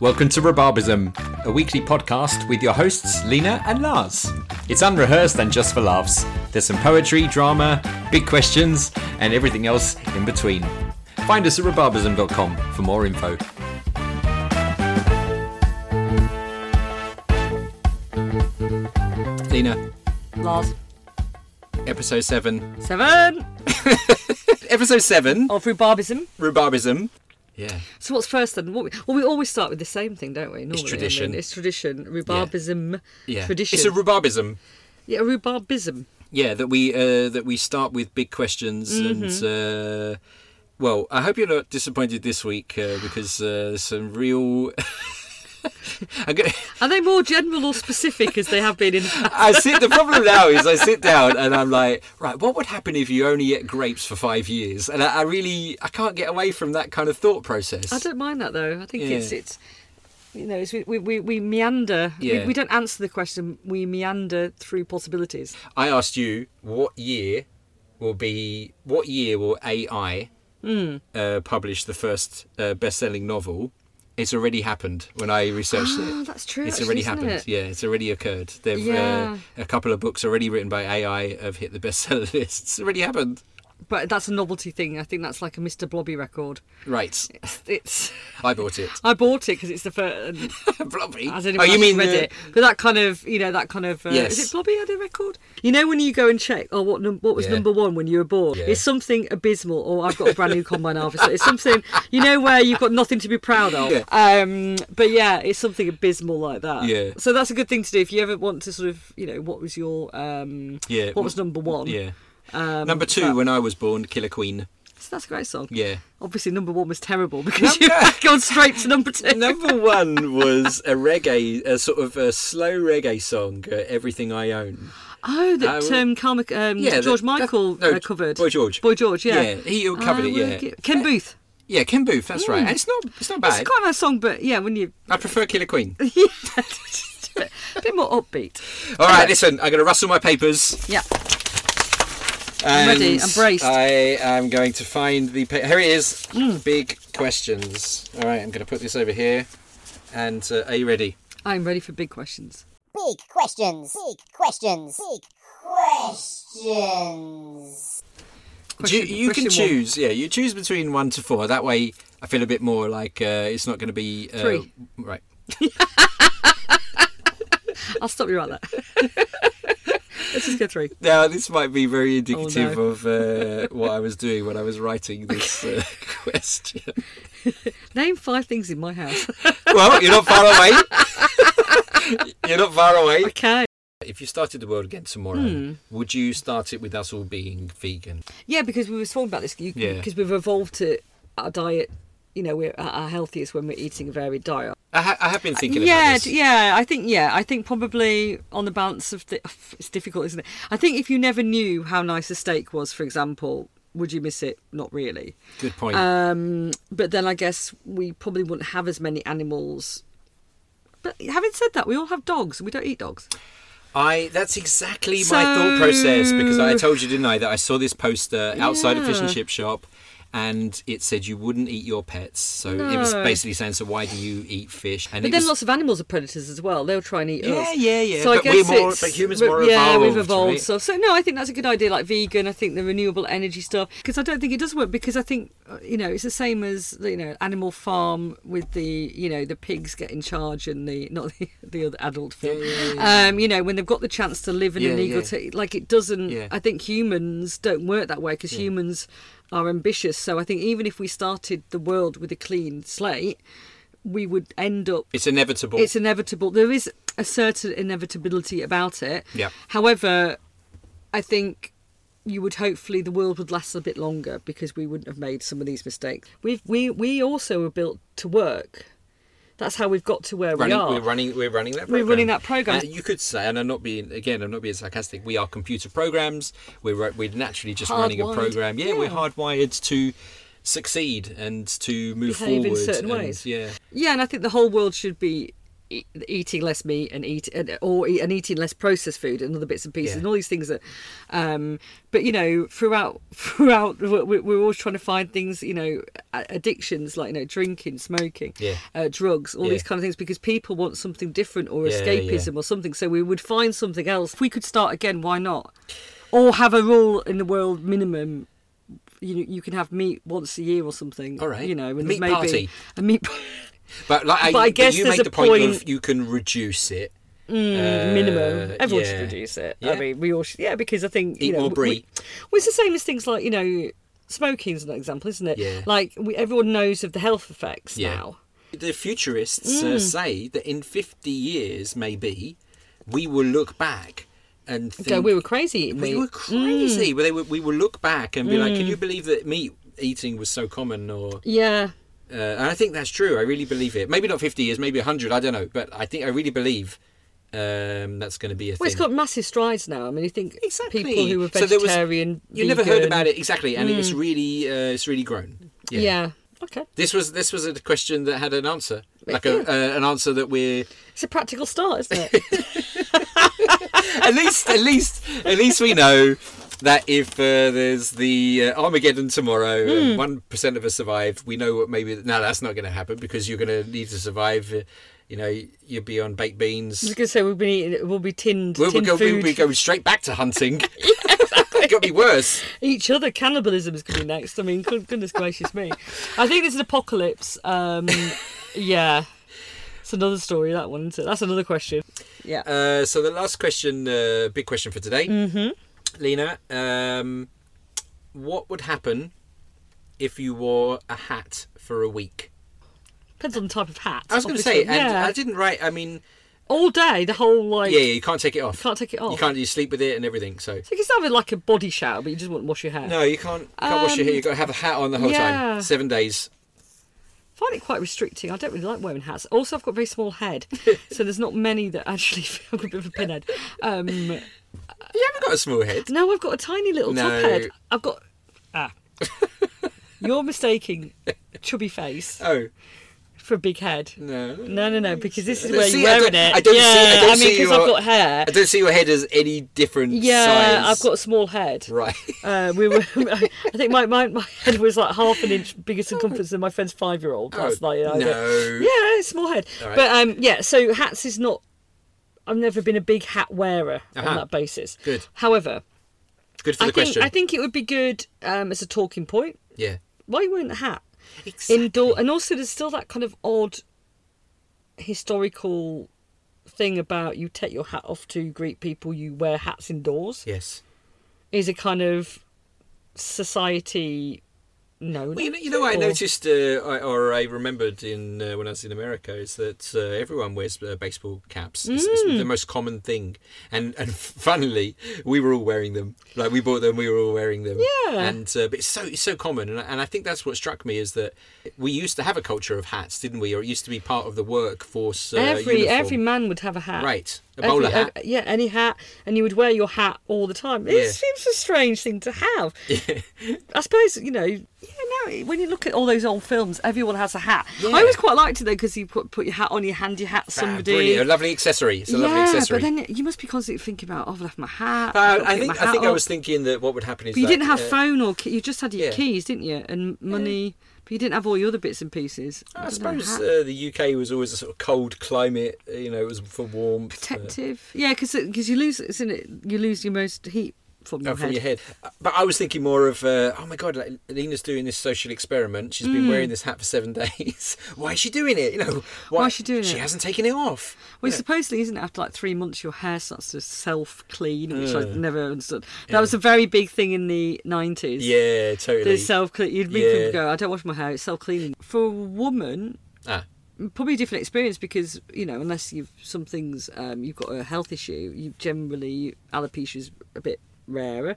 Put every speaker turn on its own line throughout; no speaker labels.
Welcome to Rhubarbism, a weekly podcast with your hosts Lena and Lars. It's unrehearsed and just for laughs. There's some poetry, drama, big questions, and everything else in between. Find us at rhubarbism.com for more info. Lena,
Lars.
episode 7.
Seven!
Episode 7,
Of rhubarbism.
Rhubarbism. Yeah.
So what's first then? What we, well, we always start with the same thing, don't we? Normally, I mean,
tradition.
it's tradition. Rhubarbism. Tradition.
It's a rhubarbism.
yeah, rhubarbism.
Yeah, that we uh, that we start with big questions and
Mm-hmm.
uh, well, I hope you're not disappointed this week uh, because uh, there's some real. I'm gonna-
Are they more general or specific as they have been in
I sit. The problem now is I sit down and I'm like, right, what would happen if you only ate grapes for five years? And I, I really I can't get away from that kind of thought process.
I don't mind that though. I think
Yeah.
it's it's you know it's we we, we, we meander.
Yeah.
We, we don't answer the question. We meander through possibilities.
I asked you what year will be what year will AI
Mm.
uh, publish the first uh, best-selling novel? It's already happened when I researched
Oh,
it.
that's true.
It's
actually,
already
isn't
happened.
it?
Yeah, it's already occurred. They've
Yeah.
uh, a couple of books already written by AI have hit the bestseller list. It's already happened.
But that's a novelty thing. I think that's like a Mr. Blobby record.
Right,
It's
I bought it.
I bought it because it's the first.
Blobby.
Has anyone else read
Oh, the-
it? But that kind of, you know, that kind of. Uh,
Yes.
Is it Blobby had a record? You know, when you go and check, oh, what num- what was
Yeah.
number one when you were born?
Yeah.
It's something abysmal, or I've got a brand new combine harvester. It's something, you know, where you've got nothing to be proud of.
Yeah.
Um, but yeah, it's something abysmal like that.
Yeah.
So that's a good thing to do if you ever want to sort of, you know, what was your, um,
Yeah.
what was number one?
Yeah.
Um,
Number two, when I was born, Killer Queen.
So that's a great song.
Yeah.
Obviously, number one was terrible because
Number-
you've gone straight to number two.
Number one was a reggae, a sort of a slow reggae song, uh, "Everything I Own."
Oh,
I
that
will-
um, Carl Mc, um,
Uh, Yeah, that-
George
that-
Michael
no,
uh, covered.
Boy George.
Boy George, yeah.
Yeah, he covered
I
it,
will
yeah.
gi- Ken Booth.
Yeah, Ken Booth. That's right. And it's not, Hmm. it's not bad.
It's quite a nice song, but yeah, when you
I prefer Killer Queen.
yeah, just a bit- a bit more upbeat.
All right, listen. I'm going to rustle my papers.
Yeah,
And
ready, I'm braced.
I am going to find the. Pa- Here it is.
Mm.
Big questions. All right, I'm going to put this over here. And uh, are you ready?
I'm ready for big questions.
Big questions. Big questions. Big questions.
Do you,
Question-
you can
question one.
choose. Yeah, you choose between one to four. That way, I feel a bit more like uh, it's not going to be uh,
Three.
Right.
I'll stop you right there. Let's just go through.
Now, this might be very indicative
Oh, no.
of uh, what I was doing when I was writing this uh, question.
Name five things in my house.
Well, you're not far away. you're not far away.
Okay.
If you started the world again tomorrow,
Hmm.
would you start it with us all being vegan?
Yeah, because we were talking about this. Because
Yeah.
we've evolved to our diet. You know, we're our our healthiest when we're eating a varied diet.
I, ha- I have been thinking
Uh, yeah,
about this.
d- yeah. I think yeah. I think probably on the balance of the, it's difficult, isn't it? I think if you never knew how nice a steak was, for example, would you miss it? Not really.
Good point.
Um, but then I guess we probably wouldn't have as many animals. But having said that, we all have dogs, and we don't eat dogs.
I that's exactly my thought process because I
So-
told you didn't I that I saw this poster outside a fish and
Yeah.
chip shop and it said you wouldn't eat your pets. So it was
No.
basically saying so why do you eat fish? And
But
it
then
was,
lots of animals are predators as well. They'll try and eat
Yeah,
us.
yeah, yeah,
So I
but we're
guess
more-
it's,
but humans
but
more
yeah, we've
evolved,
evolved.
right?
So, so no, I think that's a good idea. Like vegan, I think the renewable energy stuff because I don't think it does work because I think uh, you know it's the same as the, you know animal farm with the you know the pigs get in charge and the not the, the other adult film. Um, you know when they've got the chance to live in an
Yeah,
eagle,
yeah.
to, like it doesn't.
Yeah.
I think humans don't work that way because humans are ambitious. So I think even if we started the world with a clean slate. We would end up
it's inevitable.
it's inevitable. There is a certain inevitability about it.
Yeah.
However, I think you would hopefully the world would last a bit longer because we wouldn't have made some of these mistakes. We've we we also were built to work. That's how we've got to where
running,
we are.
are running. We're running that.
We're
programme.
running that programme.
And you could say, and I'm not being again. I'm not being sarcastic. We are computer programs. We're ru- we're naturally just running a
Hardwired.
program. Yeah, we're
Yeah.
hardwired to succeed and to move
Behave in
forward.
certain
and,
ways.
Yeah.
Yeah, and I think the whole world should be e- eating less meat and eat and, or eat, and eating less processed food and other bits and pieces
Yeah.
and all these things that um but you know throughout throughout we're, we're always trying to find things you know a- addictions like you know drinking smoking
Yeah.
uh, drugs all these
Yeah.
kind of things because people want something different or
Yeah, yeah, yeah.
escapism or something so we would find something else if we could start again why not or have a rule in the world minimum you you can have meat once a year or something
All right.
you know and
A
there's
meat
maybe
party.
a meat
But like,
But I guess
you
there's
make the
a
point, of
point-
you can reduce it.
minimum.
Uh,
Everyone
yeah.
should reduce it.
Yeah.
I mean, we all should. Yeah, because I think
Eat
you know,
more
we-
brie.
well, it's the same as things like you know, smoking's an example, isn't it?
Yeah.
Like we, everyone knows of the health effects
Yeah.
now.
The futurists
Mm.
uh, say that in 50 years, maybe, we will look back and think
Go, we were crazy Mm. eating
we
meat.
were crazy. Well, They were, we will look back and be like, can you believe that meat eating was so common? Or
Yeah.
uh, and I think that's true. I really believe it. Maybe not 50 years, maybe 100. I don't know, but I think I really believe um, that's going to be a
Well,
thing.
it's got massive strides now. I mean, you think
exactly.
people who were
So there was-
vegetarian,
you never heard
vegan- Mm.
about it exactly, and it's really uh, it's really grown.
Yeah. Okay.
This was this was a question that had an answer, like a, uh, an answer that we're
It's a practical start, isn't it?
at least at least at least we know that if uh, there's the uh, Armageddon tomorrow,
Hmm.
and one of us survive, we know what maybe no, that's not going to happen because you're going to need to survive. Uh, you know, you'll be on baked
I was
beans.
going to say we've been eating, we'll be tinned,
We'll, we'll,
tinned
go,
food.
we'll be going straight back to hunting. it could be worse.
each other. Cannibalism is going to be next. I mean, good- goodness gracious me. I think there's an apocalypse. Um, yeah. It's another story, that one, isn't it? That's another question. Yeah.
Uh, so the last question, uh, big question for today,
Mm-hmm.
Lena. Um, what would happen if you wore a hat for a week?
Depends on the type of hat.
I was going to
obviously.
say, and
yeah.
I didn't write. I mean,
All day, the whole, like,
yeah, yeah, you can't take it off.
can't take it off.
You can't. You sleep with it and everything. So
So you can start with, like, a body shower, but you just wouldn't wash your hair.
no, you can't. You can't wash your hair. You have got to have a hat on the whole
Um, yeah.
time. Seven days.
find it quite restricting. I don't really like wearing hats. Also, I've got a very small head, so there's not many that actually I've got a bit of a pinhead. Um,
You haven't got a small head.
No, I've got a tiny little
No.
top head. I've got. Ah. You're mistaking chubby face
Oh
for a big head.
no.
No, no, no, because this is
don't
where
see-
you're
I
wearing
don't-
it.
I don't see-
yeah,
I don't
mean,
see
because
your-
I've got hair.
I don't see your head as any different
Yeah,
size.
I've got a small head.
right.
Uh, we were. I think my, my, my head was like half an inch bigger circumference than my friend's five year old last
Oh,
night. I don't-
no.
Yeah, small head.
All right.
But um, yeah, so hats is not. I've never been a big hat wearer
Uh-huh.
on that basis.
Good.
However,
Good for
I
the
think
question.
I think it would be good um, as a talking point.
yeah.
Why are you wearing the hat?
Exactly.
Indoor, and also there's still that kind of odd historical thing about you take your hat off to greet people. You wear hats indoors.
Yes.
Is a kind of society. No,
Well, you know, you know what I noticed, uh, I, or I remembered in uh, when I was in America, is that uh, everyone wears uh, baseball caps. It's,
Mm.
it's the most common thing, and and funnily, we were all wearing them. Like we bought them, we were all wearing them.
Yeah.
And uh, but it's so it's so common, and I, and I think that's what struck me is that we used to have a culture of hats, didn't we? Or it used to be part of the workforce. Uh,
every
uniform.
every man would have a hat.
right a
Every-
bowler hat.
ev- yeah, any hat, and you would wear your hat all the time. It
Yeah.
seems a strange thing to have. I suppose you know. Yeah, now when you look at all those old films, everyone has a hat. I always quite liked it though because you put put your hat on, you hand your hat to
Ah,
somebody.
brilliant, a lovely accessory. It's a lovely
yeah,
accessory.
but then you must be constantly thinking about, oh, I've left my hat. I've
But
got to
I
pick
think
my
I
hat
think I
up."
was thinking that what would happen is
But you
that,
didn't have
uh,
phone or key. you just had your
yeah.
keys, didn't you? And money, but you didn't have all your other bits and pieces.
I
don't know,
suppose
hat.
uh, the UK was always a sort of cold climate. uh, You know, it was for warmth. uh,
protective. Yeah, because you lose, isn't it? You lose your most heat from your
uh, from
head.
your head. Uh, But I was thinking more of, uh, oh my God, like, Lena's doing this social experiment. She's
Mm.
been wearing this hat for seven days. why is she doing it? You know, why,
is she doing
She
it?
hasn't taken it off.
Well, supposedly, isn't it after like three months your hair starts to self clean, which I never understood. That was a very big thing in the 90s.
Yeah, totally.
The self clean. You'd make
Yeah.
people go, I don't wash my hair, it's self cleaning. For a woman,
ah,
probably a different experience because, you know, unless you've some things, um, you've got a health issue, you generally, alopecia is a bit rarer.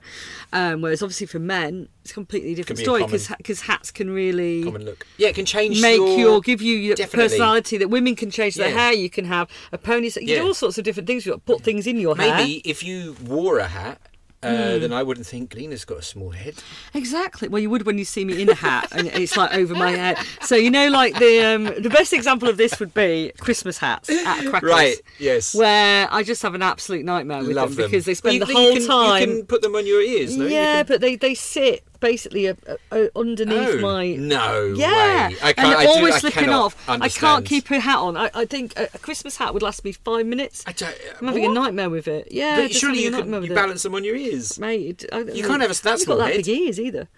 Um, whereas obviously for men, it's a completely different
be a
story
common-
because hats can really
common look. Yeah, it can change
make
your.
your, give you the
Definitely.
personality that women can change their
Yeah.
hair. You can have a pony. You
Yeah.
do all sorts of different things. You put things in your hair.
Maybe if you wore a hat uh,
Mm.
then I wouldn't think Lena's got a small head.
Exactly. Well, you would when you see me in a hat and it's like over my head. So you know, like the um, the best example of this would be Christmas hats at Crackers.
Right, yes.
Where I just have an absolute nightmare with
Love them
because they spend
Well, you-
the
you
whole
can-
time.
You can put them on your ears. No? You
yeah,
can-
but they they sit basically uh, uh, uh, underneath
Oh,
my.
no
Yeah,
way. I can't,
and
I
they're
do-
always
I
slipping
cannot
off. I
understand.
can't keep a hat on. I, I think a, a Christmas hat would last me five minutes.
I
I
don't,
am having
what?
a nightmare with it. Yeah,
But
just
surely
having
you
a
can
nightmare
you
with it.
balance them on your ears.
Mate, I don't
You
know.
can't have a- that's
You've got
not
that
head.
big ears either.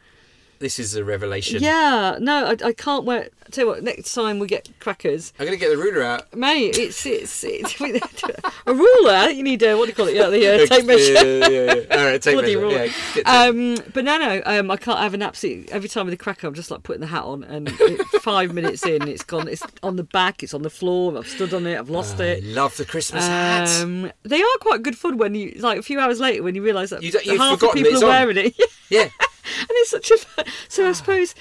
This is a revelation.
Yeah, no, I, I can't wear. Tell you what, next time we get crackers,
I'm gonna get the ruler out.
mate. It's it's, it's a ruler. You need a what do you call it? Yeah, the uh, tape
Yeah,
measure.
yeah, yeah, yeah. All right, take
Bloody
measure.
ruler.
Yeah, get the-
Um, but no, no, um, I can't have an absolute. Every time with a cracker, I'm just like putting the hat on, and it, five minutes in, it's gone. It's on the back. It's on the floor. I've stood on it. I've lost
I
it.
love the Christmas hat.
Um, they are quite good fun when you like a few hours later when you realise that
You don't- you've
half the
forgotten
people
it's
are
on.
wearing it.
Yeah.
and it's such a so
Ah.
I suppose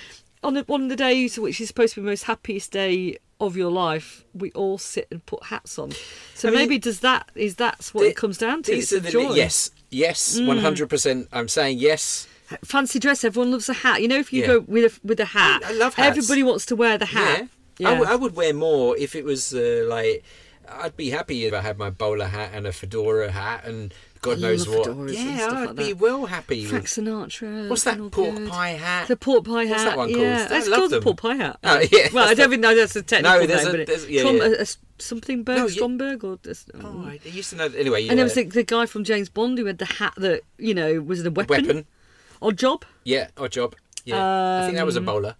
on the, one of the days which is supposed to be the most happiest day of your life, we all sit and put hats on. So
mean,
maybe does that is that's what it comes down to?
These
It's
are
a
the,
joy. Mm.
yes, yes, one hundred percent. I'm saying yes.
fancy dress. Everyone loves a hat. You know, if you
Yeah.
go with a, with a hat,
I- I love hats.
Everybody wants to wear the hat.
Yeah. Oh, I, w- I would wear more if it was uh, like. I'd be happy if I had my bowler hat and a fedora hat and God knows
love
what.
fedoras and
yeah,
stuff
I'd
like
be
that.
well happy.
Frank
With,
Sinatra.
oh. what's that
Feel
pork
Good.
pie hat?
The pork pie hat.
What's that one called?
yeah,
I
it's
love
called
them.
the pork pie hat.
Oh, yeah,
Well,
that's
I don't
the-
even know that's a technical
No, there's
name,
a-
but it-
there's- yeah,
Trom-
yeah.
a- a s- something Berg,
No, you-
Stromberg, or just,
Oh, I I used to know. Anyway, yeah.
And there was the, the guy from James Bond who had the hat that you know was it a weapon,
weapon.
or job.
Yeah, odd job. Yeah, I think that
Um,
was a bowler.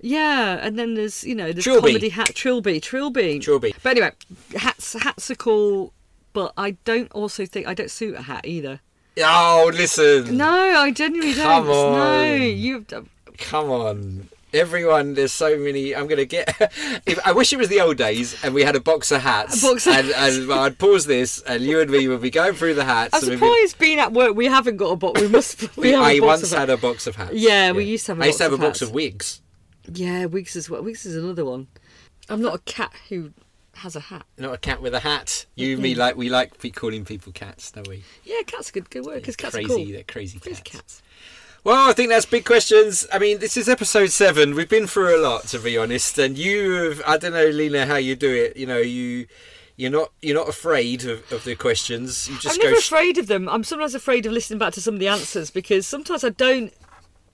Yeah, and then there's you know there's
Trilby.
comedy hat Trilby, Trilby,
Trilby.
But anyway, hats hats are cool, but I don't also think I don't suit a hat either.
Oh, listen.
No, I genuinely don't.
Come on.
No, you've done-
Come on. Everyone, there's so many. I'm gonna get. If, I wish it was the old days and we had a box of hats.
A box of
and, and I'd pause this, and you and me would be going through the hats.
I'm
and we'd be,
surprised being at work we haven't got a box. We must. We have
I
a box
once
of hat.
had a box of hats.
Yeah, we used to have a
I used to
box
have
of
a box
hats.
of wigs.
Yeah, Wigs is what Wigs is another one. I'm not a cat who has a hat.
Not a cat with a hat. You and me like we like pe- calling people cats, don't we?
Yeah, cats are good good work because cats
crazy,
are cool.
they're crazy
Crazy
cats.
cats.
Well, I think that's big questions. I mean, this is episode seven. We've been through a lot, to be honest. And you've, I don't know, Lena, how you do it. You know, you, you're not, you're not afraid of, of the questions. You just
I'm
go.
never
sh-
afraid of them. I'm sometimes afraid of listening back to some of the answers because sometimes I don't.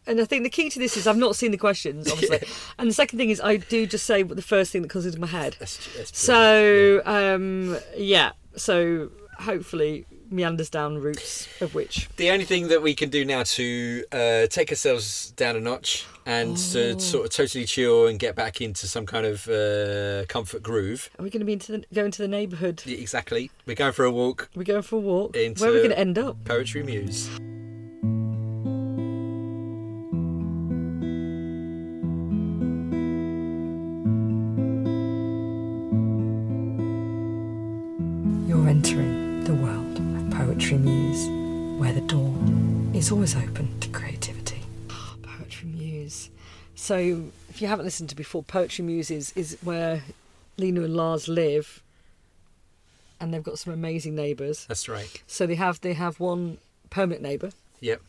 And I think the key to this is I've not seen the questions, obviously. And the second thing is I do just say the first thing that comes into my head.
That's- that's
so um, yeah, so hopefully meanders down routes of which
the only thing that we can do now to uh, take ourselves down a notch and
Oh.
to sort of totally chill and get back into some kind of uh, comfort groove.
are we going to be into the, go into the neighbourhood?
Yeah, exactly. We're going for a walk.
We're going for a walk.
Into
Where are we going to end up?
Poetry muse.
You're entering the world of Poetry Muse, where the door is always open to creativity.
Poetry Muse. So, if you haven't listened to before, Poetry Muse is, is where Lena and Lars live, and they've got some amazing neighbours.
That's right.
So they have they have one permanent neighbour,
Yep.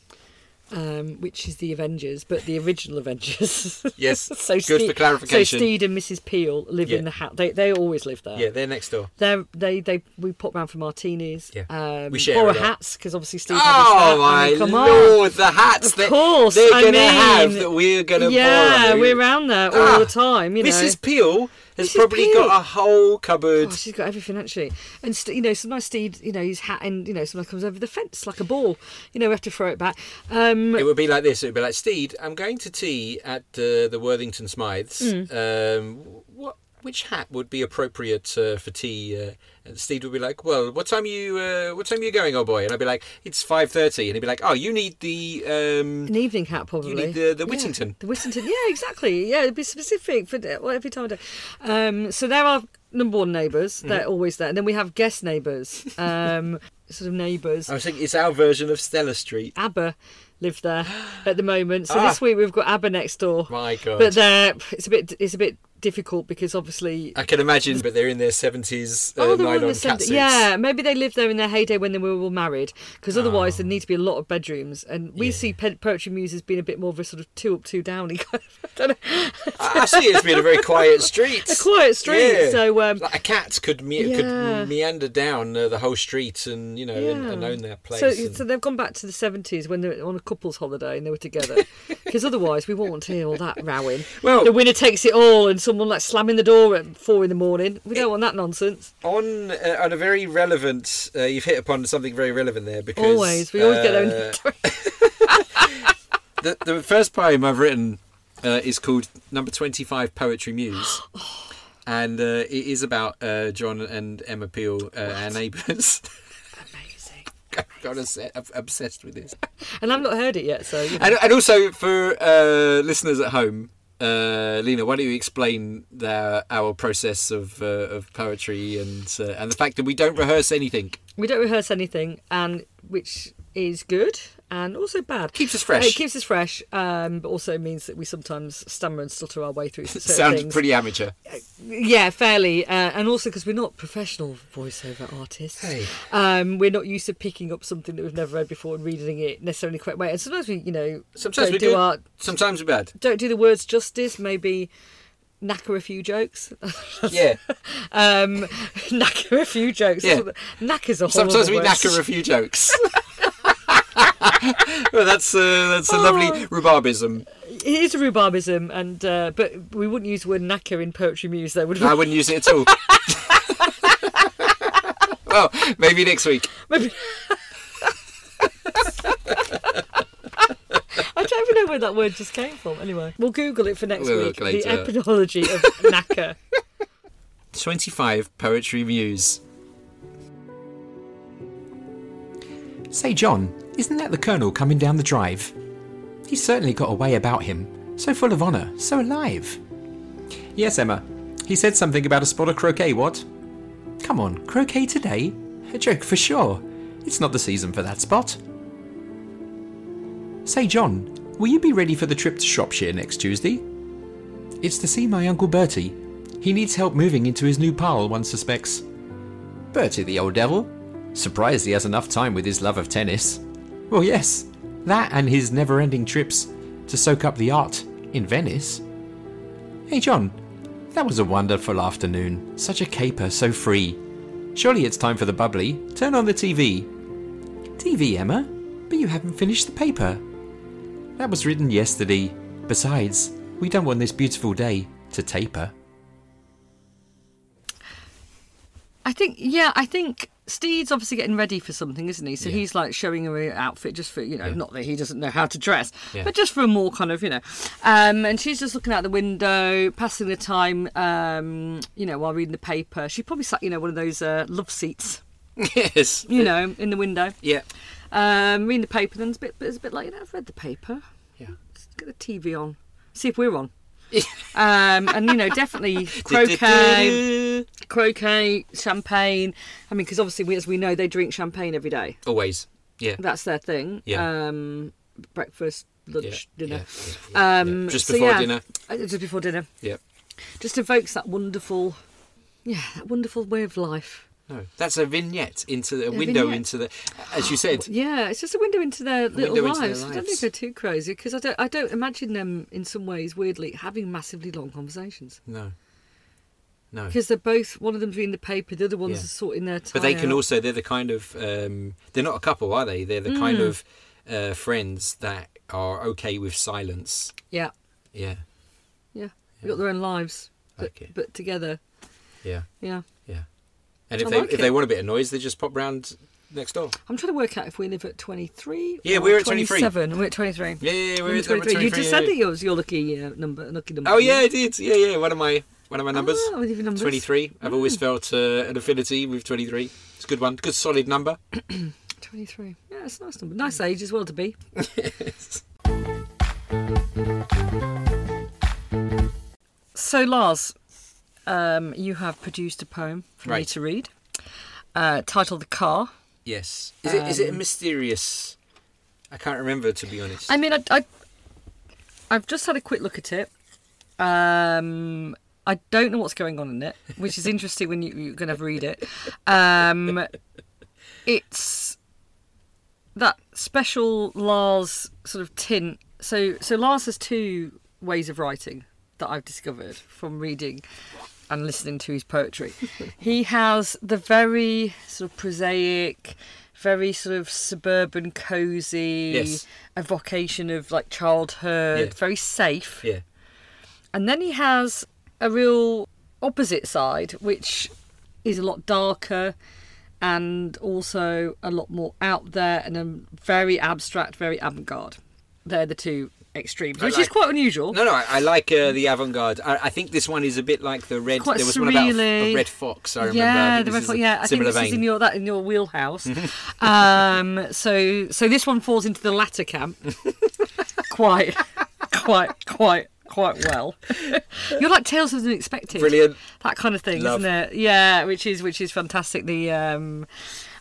um, which is the Avengers, but the original Avengers.
Yes. Good for
So
clarification.
Steed and Mrs Peel live
Yeah.
in the house. They they always live there.
Yeah, they're next door.
They're, they they we pop round for martinis.
Yeah.
Um,
We share
borrow
a lot.
hats because obviously Steve. had his hat.
Oh
I
my
mean, come on.
lord, the hats
Of
that
course,
they're
I
gonna
mean,
have that we're gonna
yeah,
borrow.
we're around there all
Ah,
the time. You know,
Mrs. Peel has
Mrs.
probably
Peel.
got a whole cupboard.
Oh, she's got everything actually, and st- you know sometimes Steed, you know his hat, and you know sometimes comes over the fence like a ball. You know we have to throw it back. Um,
it would be like this. It would be like, Steed, I'm going to tea at uh, the Worthington Smythes.
Hmm.
Um, what, which hat would be appropriate uh, for tea? Uh, and Steed would be like, Well, what time you? Uh, what time you going, old boy? And I'd be like, It's five thirty. And he'd be like, Oh, you need the. Um,
an evening hat probably.
need the- the
Yeah,
Whittington.
the Whittington, yeah, exactly. Yeah, it'd be specific for the- well, every time of day. Um, so there are number one neighbors
Mm-hmm.
They're always there, and then we have guest neighbours, um, sort of neighbours.
I was thinking it's our version of Stella Street.
ABBA live there at the moment. So
Ah.
this week we've got ABBA next door.
My God.
But they're it's a bit it's a bit difficult because obviously
I can imagine, but they're in their 70s uh,
Oh, they were in
nylon
the
cat suits.
70s. Yeah, maybe they lived there in their heyday when they were all married, because otherwise
Ah.
there'd need to be a lot of bedrooms. And we see pe- poetry muse as being a bit more of a sort of two up, two downy kind of. I don't know.
I I see it's been a very quiet street.
A quiet street, so, um,
like a cat could me-
Yeah.
could meander down uh, the whole street and you know and, and
Yeah.
own their place.
So,
and-
so they've gone back to the 70s when they were on a couple's holiday and they were together, because otherwise we won't hear all that rowing.
Well-
the winner takes it all, and someone like slamming the door at four in the morning. We don't want that nonsense.
on uh, on a very relevant, uh, you've hit upon something very relevant there because
Always, we always get there.
uh,
in-
the, the first poem I've written uh, is called Number 25 Poetry Muse. And uh, it is about uh, John and Emma Peel, uh, our neighbours.
Amazing.
God, I'm obsessed with this.
And I've not heard it yet, so you know.
And, and also for uh, listeners at home, uh, Lena, why don't you explain the, our process of, uh, of poetry and uh, and the fact that we don't rehearse anything?
we don't rehearse anything, and which is good and also bad.
Keeps us fresh.
It keeps us fresh, um, but also means that we sometimes stammer and stutter our way through certain
Sounds
things.
pretty amateur.
yeah, fairly, uh, and also because we're not professional voiceover artists.
Hey.
Um, we're not used to picking up something that we've never read before and reading it necessarily the correct way. And sometimes we, you know,
Sometimes
don't
we
do
do.
our
Sometimes we're bad.
don't do the words justice. Maybe knacker a few jokes.
Yeah.
um, knacker a few jokes.
Yeah.
Knacker's a
Sometimes
horrible
we
word.
knacker a few jokes. well, that's uh, that's a
Oh.
lovely rhubarbism.
It is a rhubarbism, and uh, but we wouldn't use the word knacker in poetry muse, though, would we?
I wouldn't use it at all. well, maybe next week.
Maybe- I don't even know where that word just came from. Anyway, we'll Google it for next
We'll
week.
look later.
The epinology of knacker.
25 Poetry Muse.
Say, John, isn't that the Colonel coming down the drive? He's certainly got a way about him. So full of honour, so alive. Yes, Emma. He said something about a spot of croquet, what? Come on, croquet today? A joke for sure. It's not the season for that spot. Say, John, will you be ready for the trip to Shropshire next Tuesday? It's to see my Uncle Bertie. He needs help moving into his new pile, one suspects. Bertie, the old devil, Surprised he has enough time with his love of tennis. Well, yes, that and his never ending trips to soak up the art in Venice. Hey, John, that was a wonderful afternoon. Such a caper, so free. Surely it's time for the bubbly. Turn on the TV. TV, Emma? But you haven't finished the paper. That was written yesterday. Besides, we don't want this beautiful day to taper.
I think, yeah, I think Steve's obviously getting ready for something, isn't he? So he's like showing her an outfit just for, you know, not that he doesn't know how to dress, but just for a more kind of, you know. Um, and she's just looking out the window, passing the time, um, you know, while reading the paper. She probably sat, you know, one of those uh, love seats,
Yes.
you know, in the window.
Yeah.
Um, reading the paper, then it's a bit, it's a bit like, you know, I've read the paper.
Yeah.
Let's get the TV on, see if we're on. um, and, you know, definitely croquet
Du-du-du-du.
croquet, champagne. I mean, because obviously, we, as we know, they drink champagne every day.
Always. Yeah.
That's their thing.
Yeah.
Um, breakfast, lunch,
Yeah,
dinner.
yeah,
Um,
Just
so
before
yeah.
dinner.
Uh, Just before dinner.
Yeah.
Just evokes that wonderful, yeah, that wonderful way of life.
No, that's a vignette into the a window
vignette. Oh,
into the, as you said,
Yeah, it's just a window into their little
window into
lives.
their
I don't
lives.
think they're too crazy because I don't, I don't imagine them in some ways weirdly having massively long conversations
no, no.
because they're both one of them's reading the paper, the other one's
Yeah.
sorting their time.
But they can
out.
also they're the kind of um, they're not a couple, are they? They're the
Mm.
kind of uh, friends that are okay with silence.
yeah,
Yeah,
yeah, they've got their own lives, but,
Like it.
but together,
yeah,
yeah.
yeah. And if
I
they
like
if they
it.
want a bit of noise, they just pop round next door.
I'm trying to work out if we live at 23.
Yeah,
or
we're at 23.
27. We're at 23.
Yeah, yeah, yeah, we're
We're
at
at 23.
number 23,
You just
yeah,
said
yeah.
that yours, your lucky uh, number, lucky number.
Oh yeah, I did. Yeah, yeah. One of my one of my numbers.
Oh, with your numbers. Ah.
Twenty three. I've always felt uh, an affinity with twenty three. It's a good one. Good solid number.
23. Yeah, it's a nice number. Nice age as well to be. so Lars, um, you have produced a poem for me
Right.
to read, uh, titled "The Car."
Yes. Is it is it a
Um,
mysterious? I can't remember to be honest.
I mean, I, I, I've just had a quick look at it. Um, I don't know what's going on in it, which is interesting when you, you're going to read it. Um, it's that special Lars sort of tint. So, so Lars has two ways of writing that I've discovered from reading and listening to his poetry. he has the very sort of prosaic, very sort of suburban, cozy
Yes.
evocation of like childhood,
Yeah.
very safe.
Yeah.
And then he has a real opposite side, which is a lot darker and also a lot more out there and um very abstract, very avant garde. They're the two extremes, which is
like-
quite unusual.
No, no, I, I like uh, the avant-garde. I, I think this one is a bit like the red.
Quite
there was one about f-
surreally.
a red fox. I remember. I
Yeah,
think
the
this
red
is
flag.
a
Yeah, I think
similar
this is
vein.
in your that in your wheelhouse. um, so so this one falls into the latter camp. quite, quite, quite, quite well. You're like Tales of the Unexpected.
Brilliant.
That kind of thing,
Love.
isn't it? Yeah, which is which is fantastic. The um.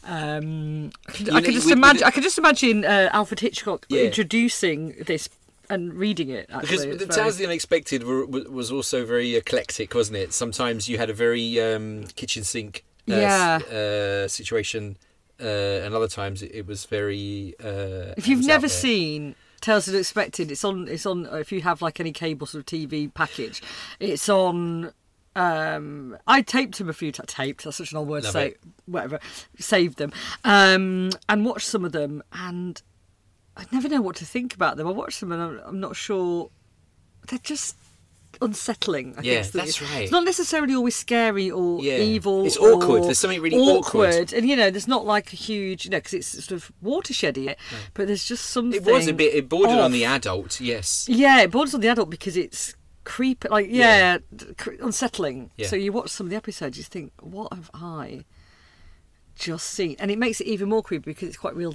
Um, I could, I
know,
could just
we- we
imagine.
did-
I could just imagine uh, Alfred Hitchcock
Yeah.
introducing this and reading it. Actually,
Because
It's
the
very-
Tales of the Unexpected were, wa- was also very eclectic, wasn't it? Sometimes you had a very um, kitchen sink uh, s-
Yeah.
uh, situation, uh, and other times it, it was very. Uh,
If you've
hands out
never
there.
seen Tales of the Expected, it's on. It's on. If you have like any cable sort of TV package, it's on. Um, I taped him a few times. Taped. That's such an old word. to
Love
say
it.
whatever. Saved them um, and watched some of them, and I never know what to think about them. I watched them, and I'm, I'm not sure. They're just unsettling. I
Yeah,
guess, that
that's
it-
right.
It's not necessarily always scary or
Yeah.
evil.
It's awkward.
or
There's something really awkward.
awkward. And you know, there's not like a huge, you know, because it's sort of watershedy, but there's just something.
It was a bit. It bordered on
off.
the adult. Yes.
Yeah, it borders on the adult because it's creepy, like yeah, d- cre- unsettling.
Yeah.
So you watch some of the episodes, you think, what have I just seen? And it makes it even more creepy because it's quite real,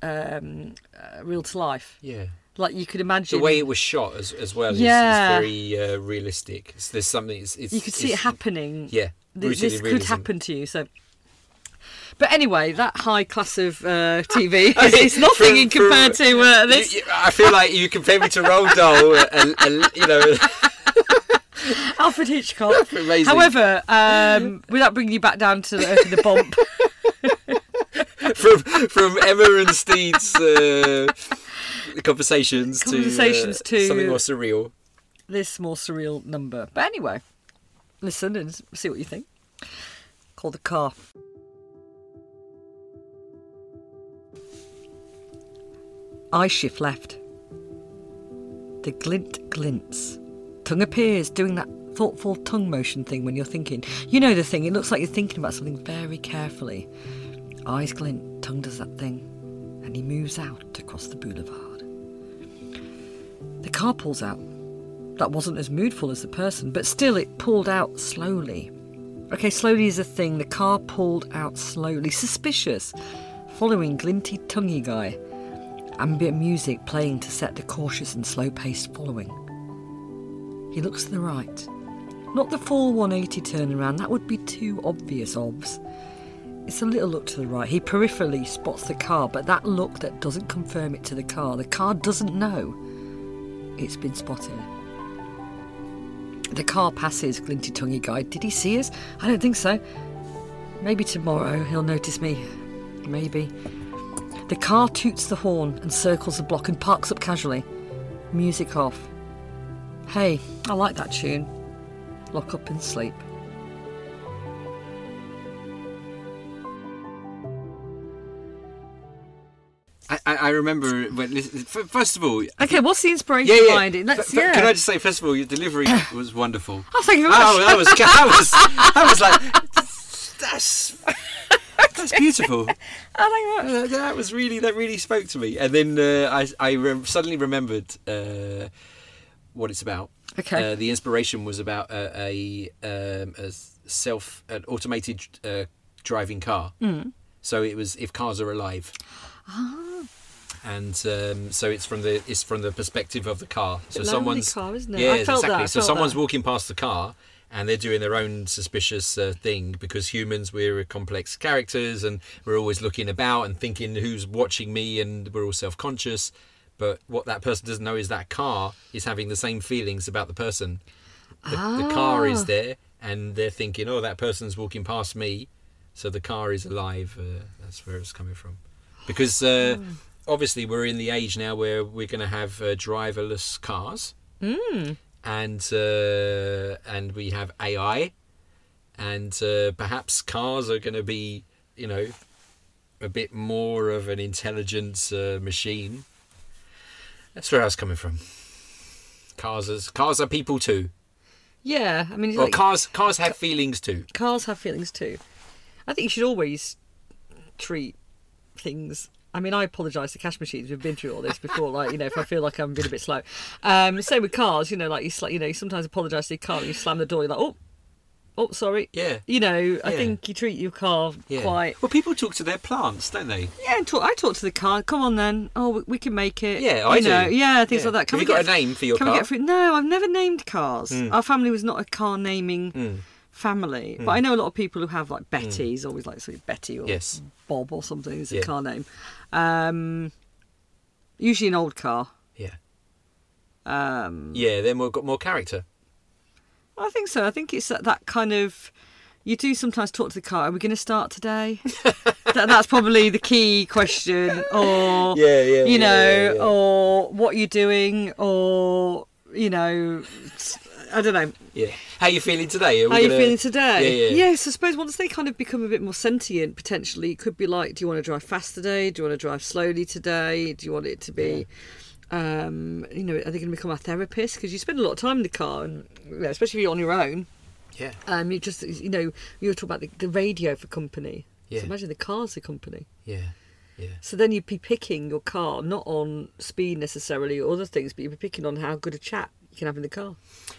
um, uh, real to life.
Yeah.
Like you could
The
imagine
way it was shot as, as well
Yeah.
is, is very uh, realistic. It's, there's something. It's, it's
you could see it
it's-
happening.
Yeah.
Th-
rooted
this
in
could
realism.
happen to you. So, but anyway, that high class of uh, TV is, is nothing
For-
in compared
for-
to uh,
You-
this.
you- I feel like you compare me to Roald Dahl. uh, uh, uh, you know,
Alfred Hitchcock.
Amazing.
However, um, without bringing you back down to the, earth of the bump,
from from Emma and Steed's uh, conversations, to, uh,
Conversations to-
something more surreal.
this more surreal number. But anyway, listen and s- see what you think. Call the car. Eye shift left. The glint glints. Tongue appears, doing that thoughtful tongue motion thing when you're thinking. You know the thing, it looks like you're thinking about something very carefully. Eyes glint, tongue does that thing, and he moves out across the boulevard. The car pulls out. That wasn't as moodful as the person, but still it pulled out slowly. Okay, slowly is a thing. The car pulled out slowly, suspicious, following glinty tonguey guy. Ambient music playing to set the cautious and slow paced following. He looks to the right. Not the full 180 turnaround, that would be too obvious, obs. It's a little look to the right. He peripherally spots the car, but that look that doesn't confirm it to the car. The car doesn't know it's been spotted. The car passes Glinty Tonguey Guy. Did he see us? I don't think so. Maybe tomorrow he'll notice me. Maybe. The car toots the horn and circles the block and parks up casually. Music off. Hey, I like that tune. Lock up and sleep.
I, I I remember when. listen, f- First of all,
Okay, what's the inspiration
yeah, yeah.
behind it? Let's,
F- f-
yeah.
Can I just say, first of all, your delivery was wonderful.
Oh, thank you very
Oh,
much.
that was, that was, that was like, that's, that's beautiful.
Oh, thank you very much.
Uh, that was really that really spoke to me. And then uh, I I rem- suddenly remembered uh, what it's about.
Okay.
Uh, the inspiration was about uh, a um, a self an automated uh, driving car. Mm. So it was if cars are alive. And um, so it's from the it's from the perspective of the car. So
Lonely
someone's
car, isn't it?
yeah
I felt that,
exactly.
I
so
felt
someone's
that.
walking past the car and they're doing their own suspicious uh, thing because humans we're complex characters and we're always looking about and thinking who's watching me and we're all self-conscious. But what that person doesn't know is that car is having the same feelings about the person. The, the car is there, and they're thinking, "Oh, that person's walking past me," so the car is alive. Uh, that's where it's coming from, because uh, obviously we're in the age now where we're going to have uh, driverless cars, and uh, and we have AI, and uh, perhaps cars are going to be, you know, a bit more of an intelligent uh, machine. That's where I was coming from. Cars is, cars are people too.
Yeah, I mean, it's
Well,
like-
cars cars have feelings too.
cars have feelings too. I think you should always treat things. I mean, I apologise to cash machines. We've been through all this before. Like, you know, if I feel like I'm being a bit slow. Um, same with cars. You know, like you, sl- you know, you sometimes apologise to your car. You slam the door. You're like, oh, oh, sorry.
Yeah.
You know, I
Yeah.
think you treat your car quite.
Well, people talk to their plants, don't they?
Yeah, and talk, I talk to the car. Come on, then. Oh, we, we can make it.
Yeah,
you
I do.
know, Yeah, things
Yeah.
like that. Can
Have
we
you got
get
a name for your
can We
car? Hmm.
get fruit? No, I've never named cars. Our family was not a car naming family, but I know a lot of people who have like Betty's, always like sort of Betty or
Hmm. Yes.
Bob or something is a
Yeah.
car name. Um, usually an old car.
Yeah. Um, yeah, they're more got more character.
I think so. I think it's that, that kind of. You do sometimes talk to the car. Are we going to start today? that, that's probably the key question. Or
Yeah, yeah, yeah,
you know,
yeah, yeah.
or what you're doing, or you know, s- I don't know.
Yeah. How you feeling today? Are we
How are you
gonna-
feeling today?
Yeah, yeah.
Yes, I suppose once they kind of become a bit more sentient, potentially, it could be like, do you want to drive fast today? Do you want to drive slowly today? Do you want it to be, um, you know, are they going to become our therapist? Because you spend a lot of time in the car, and you know, especially if you're on your own.
Yeah.
Um, you just, you know, you were talking about the, the radio for company.
Yeah.
So imagine the car's the company.
Yeah. Yeah.
So then you'd be picking your car, not on speed necessarily or other things, but you'd be picking on how good a chat you can have in the car.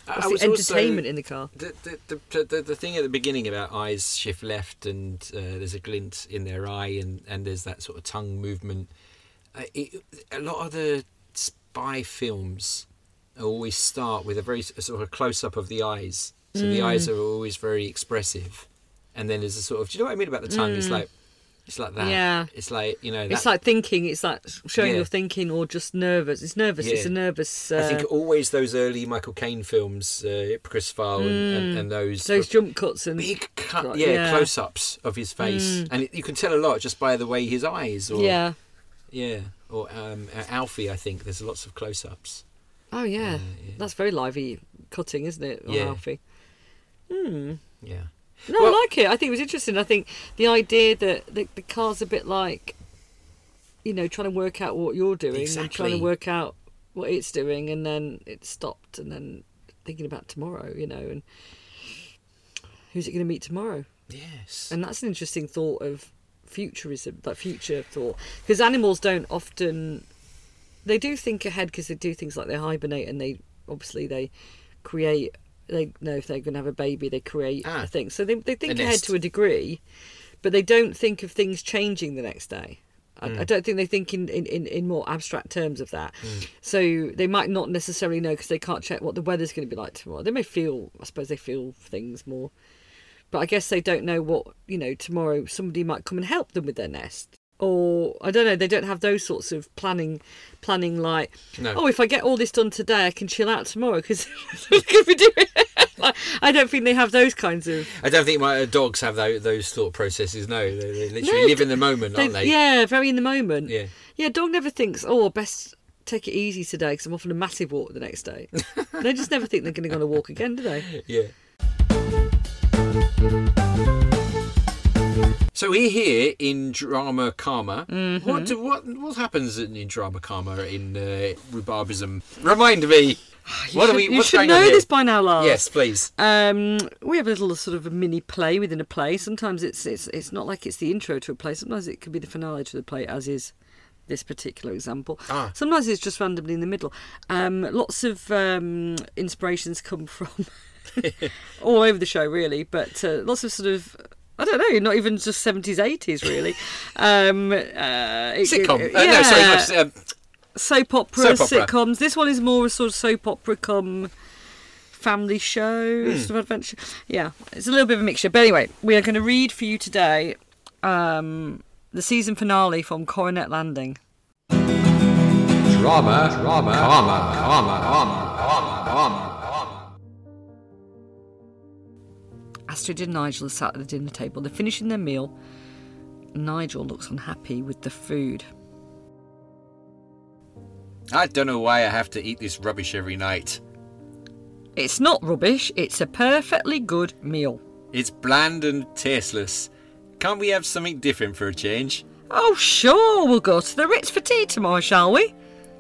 I- I
What's
was
the
also-
entertainment in the car?
The, the, the, the, the thing at the beginning about eyes shift left and uh, there's a glint in their eye and, and there's that sort of tongue movement. Uh, it, a lot of the spy films always start with a very s- sort of close up of the eyes. So the eyes
Mm.
are always very expressive. And then there's a sort of, do you know what I mean about the tongue? It's like, it's like that.
Mm. Yeah.
It's like, you know, that,
It's like thinking. It's like showing
Yeah.
you're thinking, or just nervous. It's nervous. It's
Yeah.
a nervous.
I
Uh,
think always those early Michael Caine films, uh, Chris Farr and, and, and those.
Mm. those jump cuts and
big cut,
Right,
yeah,
yeah. Mm.
close-ups of his face, and it, you can tell a lot just by the way his eyes, or
yeah.
yeah, or um, uh, Alfie. I think there's lots of close-ups.
Oh yeah. that's very lively cutting, isn't it? on
Yeah.
Alfie.
Yeah,
No,
Well-
I like it. I think it was interesting. I think the idea that the, the car's a bit like, you know, trying to work out what you're doing and trying
Exactly.
to work out what it's doing, and then it stopped, and then thinking about tomorrow, you know, and who's it going to meet tomorrow?
yes,
And that's an interesting thought of futurism, that future thought. Because animals don't often, they do think ahead because they do things like they hibernate and they obviously they create. They know if they're going to have a baby, they create
Ah.
a thing. So they they think
A
ahead
nest.
to a degree, but they don't think of things changing the next day. I,
Hmm.
I don't think they think in, in, in, in more abstract terms of that. So they might not necessarily know because they can't check what the weather's going to be like tomorrow. They may feel, I suppose, they feel things more but I guess they don't know what you know tomorrow somebody might come and help them with their nest or I don't know they don't have those sorts of planning planning like
No.
oh if I get all this done today I can chill out tomorrow because look if we do it like, I don't think they have those kinds of
I don't think my uh, dogs have those, those thought processes. No, they, they literally
No,
live in the moment, aren't they?
yeah very in the moment
Yeah.
yeah dog never thinks oh I best take it easy today because I'm off on a massive walk the next day they just never think they're going to go on a walk again do they
yeah. So we're here in drama karma.
Mm-hmm.
What do, what what happens in, in drama karma in uh, rhubarbism? Remind me. what are we?
Ah, you
what's
should
going
know
on here?
this by now Lars
Yes, please.
Um, we have a little sort of a mini play within a play. Sometimes it's it's it's not like it's the intro to a play. Sometimes it could be the finale to the play, as is this particular example.
Ah.
Sometimes it's just randomly in the middle. Um, lots of um, inspirations come from all over the show, really, but uh, lots of sort of. I don't know, not even just 70s, 80s, really. Um, uh, it-
Sitcom.
it-
Uh, no, sorry,
yeah.
not, um,
soap opera,
Soap opera.
sitcoms. This one is more a sort of soap opera come family show
Hmm.
sort of adventure. Yeah, it's a little bit of a mixture. But anyway, we are going to read for you today um, the season finale from Coronet Landing.
Drama, drama, karma, karma, karma, karma, karma.
Astrid and Nigel are sat at the dinner table. They're finishing their meal. Nigel looks unhappy with the food.
I don't know why I have to eat this rubbish every night.
It's not rubbish, it's a perfectly good meal.
It's bland and tasteless. Can't we have something different for a change?
Oh, sure, we'll go to the Ritz for tea tomorrow, shall we?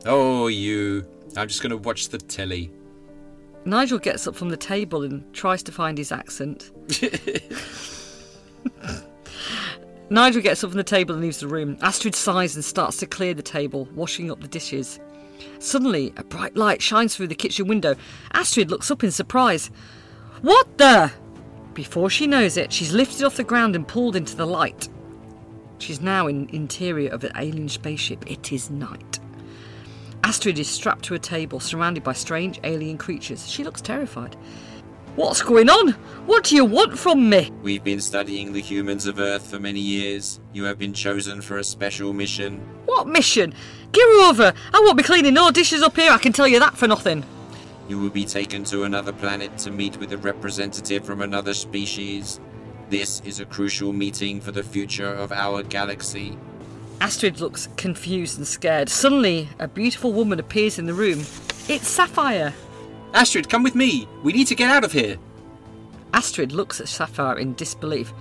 Oh, you. I'm just going to watch the telly.
Nigel gets up from the table and tries to find his accent. Nigel gets up from the table and leaves the room. Astrid sighs and starts to clear the table, washing up the dishes. Suddenly, a bright light shines through the kitchen window. Astrid looks up in surprise. What the? Before she knows it, she's lifted off the ground and pulled into the light. She's now in interior of an alien spaceship. It is night. Astrid is strapped to a table surrounded by strange alien creatures. She looks terrified. What's going on? What do you want from me?
We've been studying the humans of Earth for many years. You have been chosen for a special mission.
What mission? Get over! I won't be cleaning no dishes up here, I can tell you that for nothing.
You will be taken to another planet to meet with a representative from another species. This is a crucial meeting for the future of our galaxy.
Astrid looks confused and scared. Suddenly, a beautiful woman appears in the room. It's Sapphire.
Astrid, come with me. We need to get out of here.
Astrid looks at Sapphire in disbelief.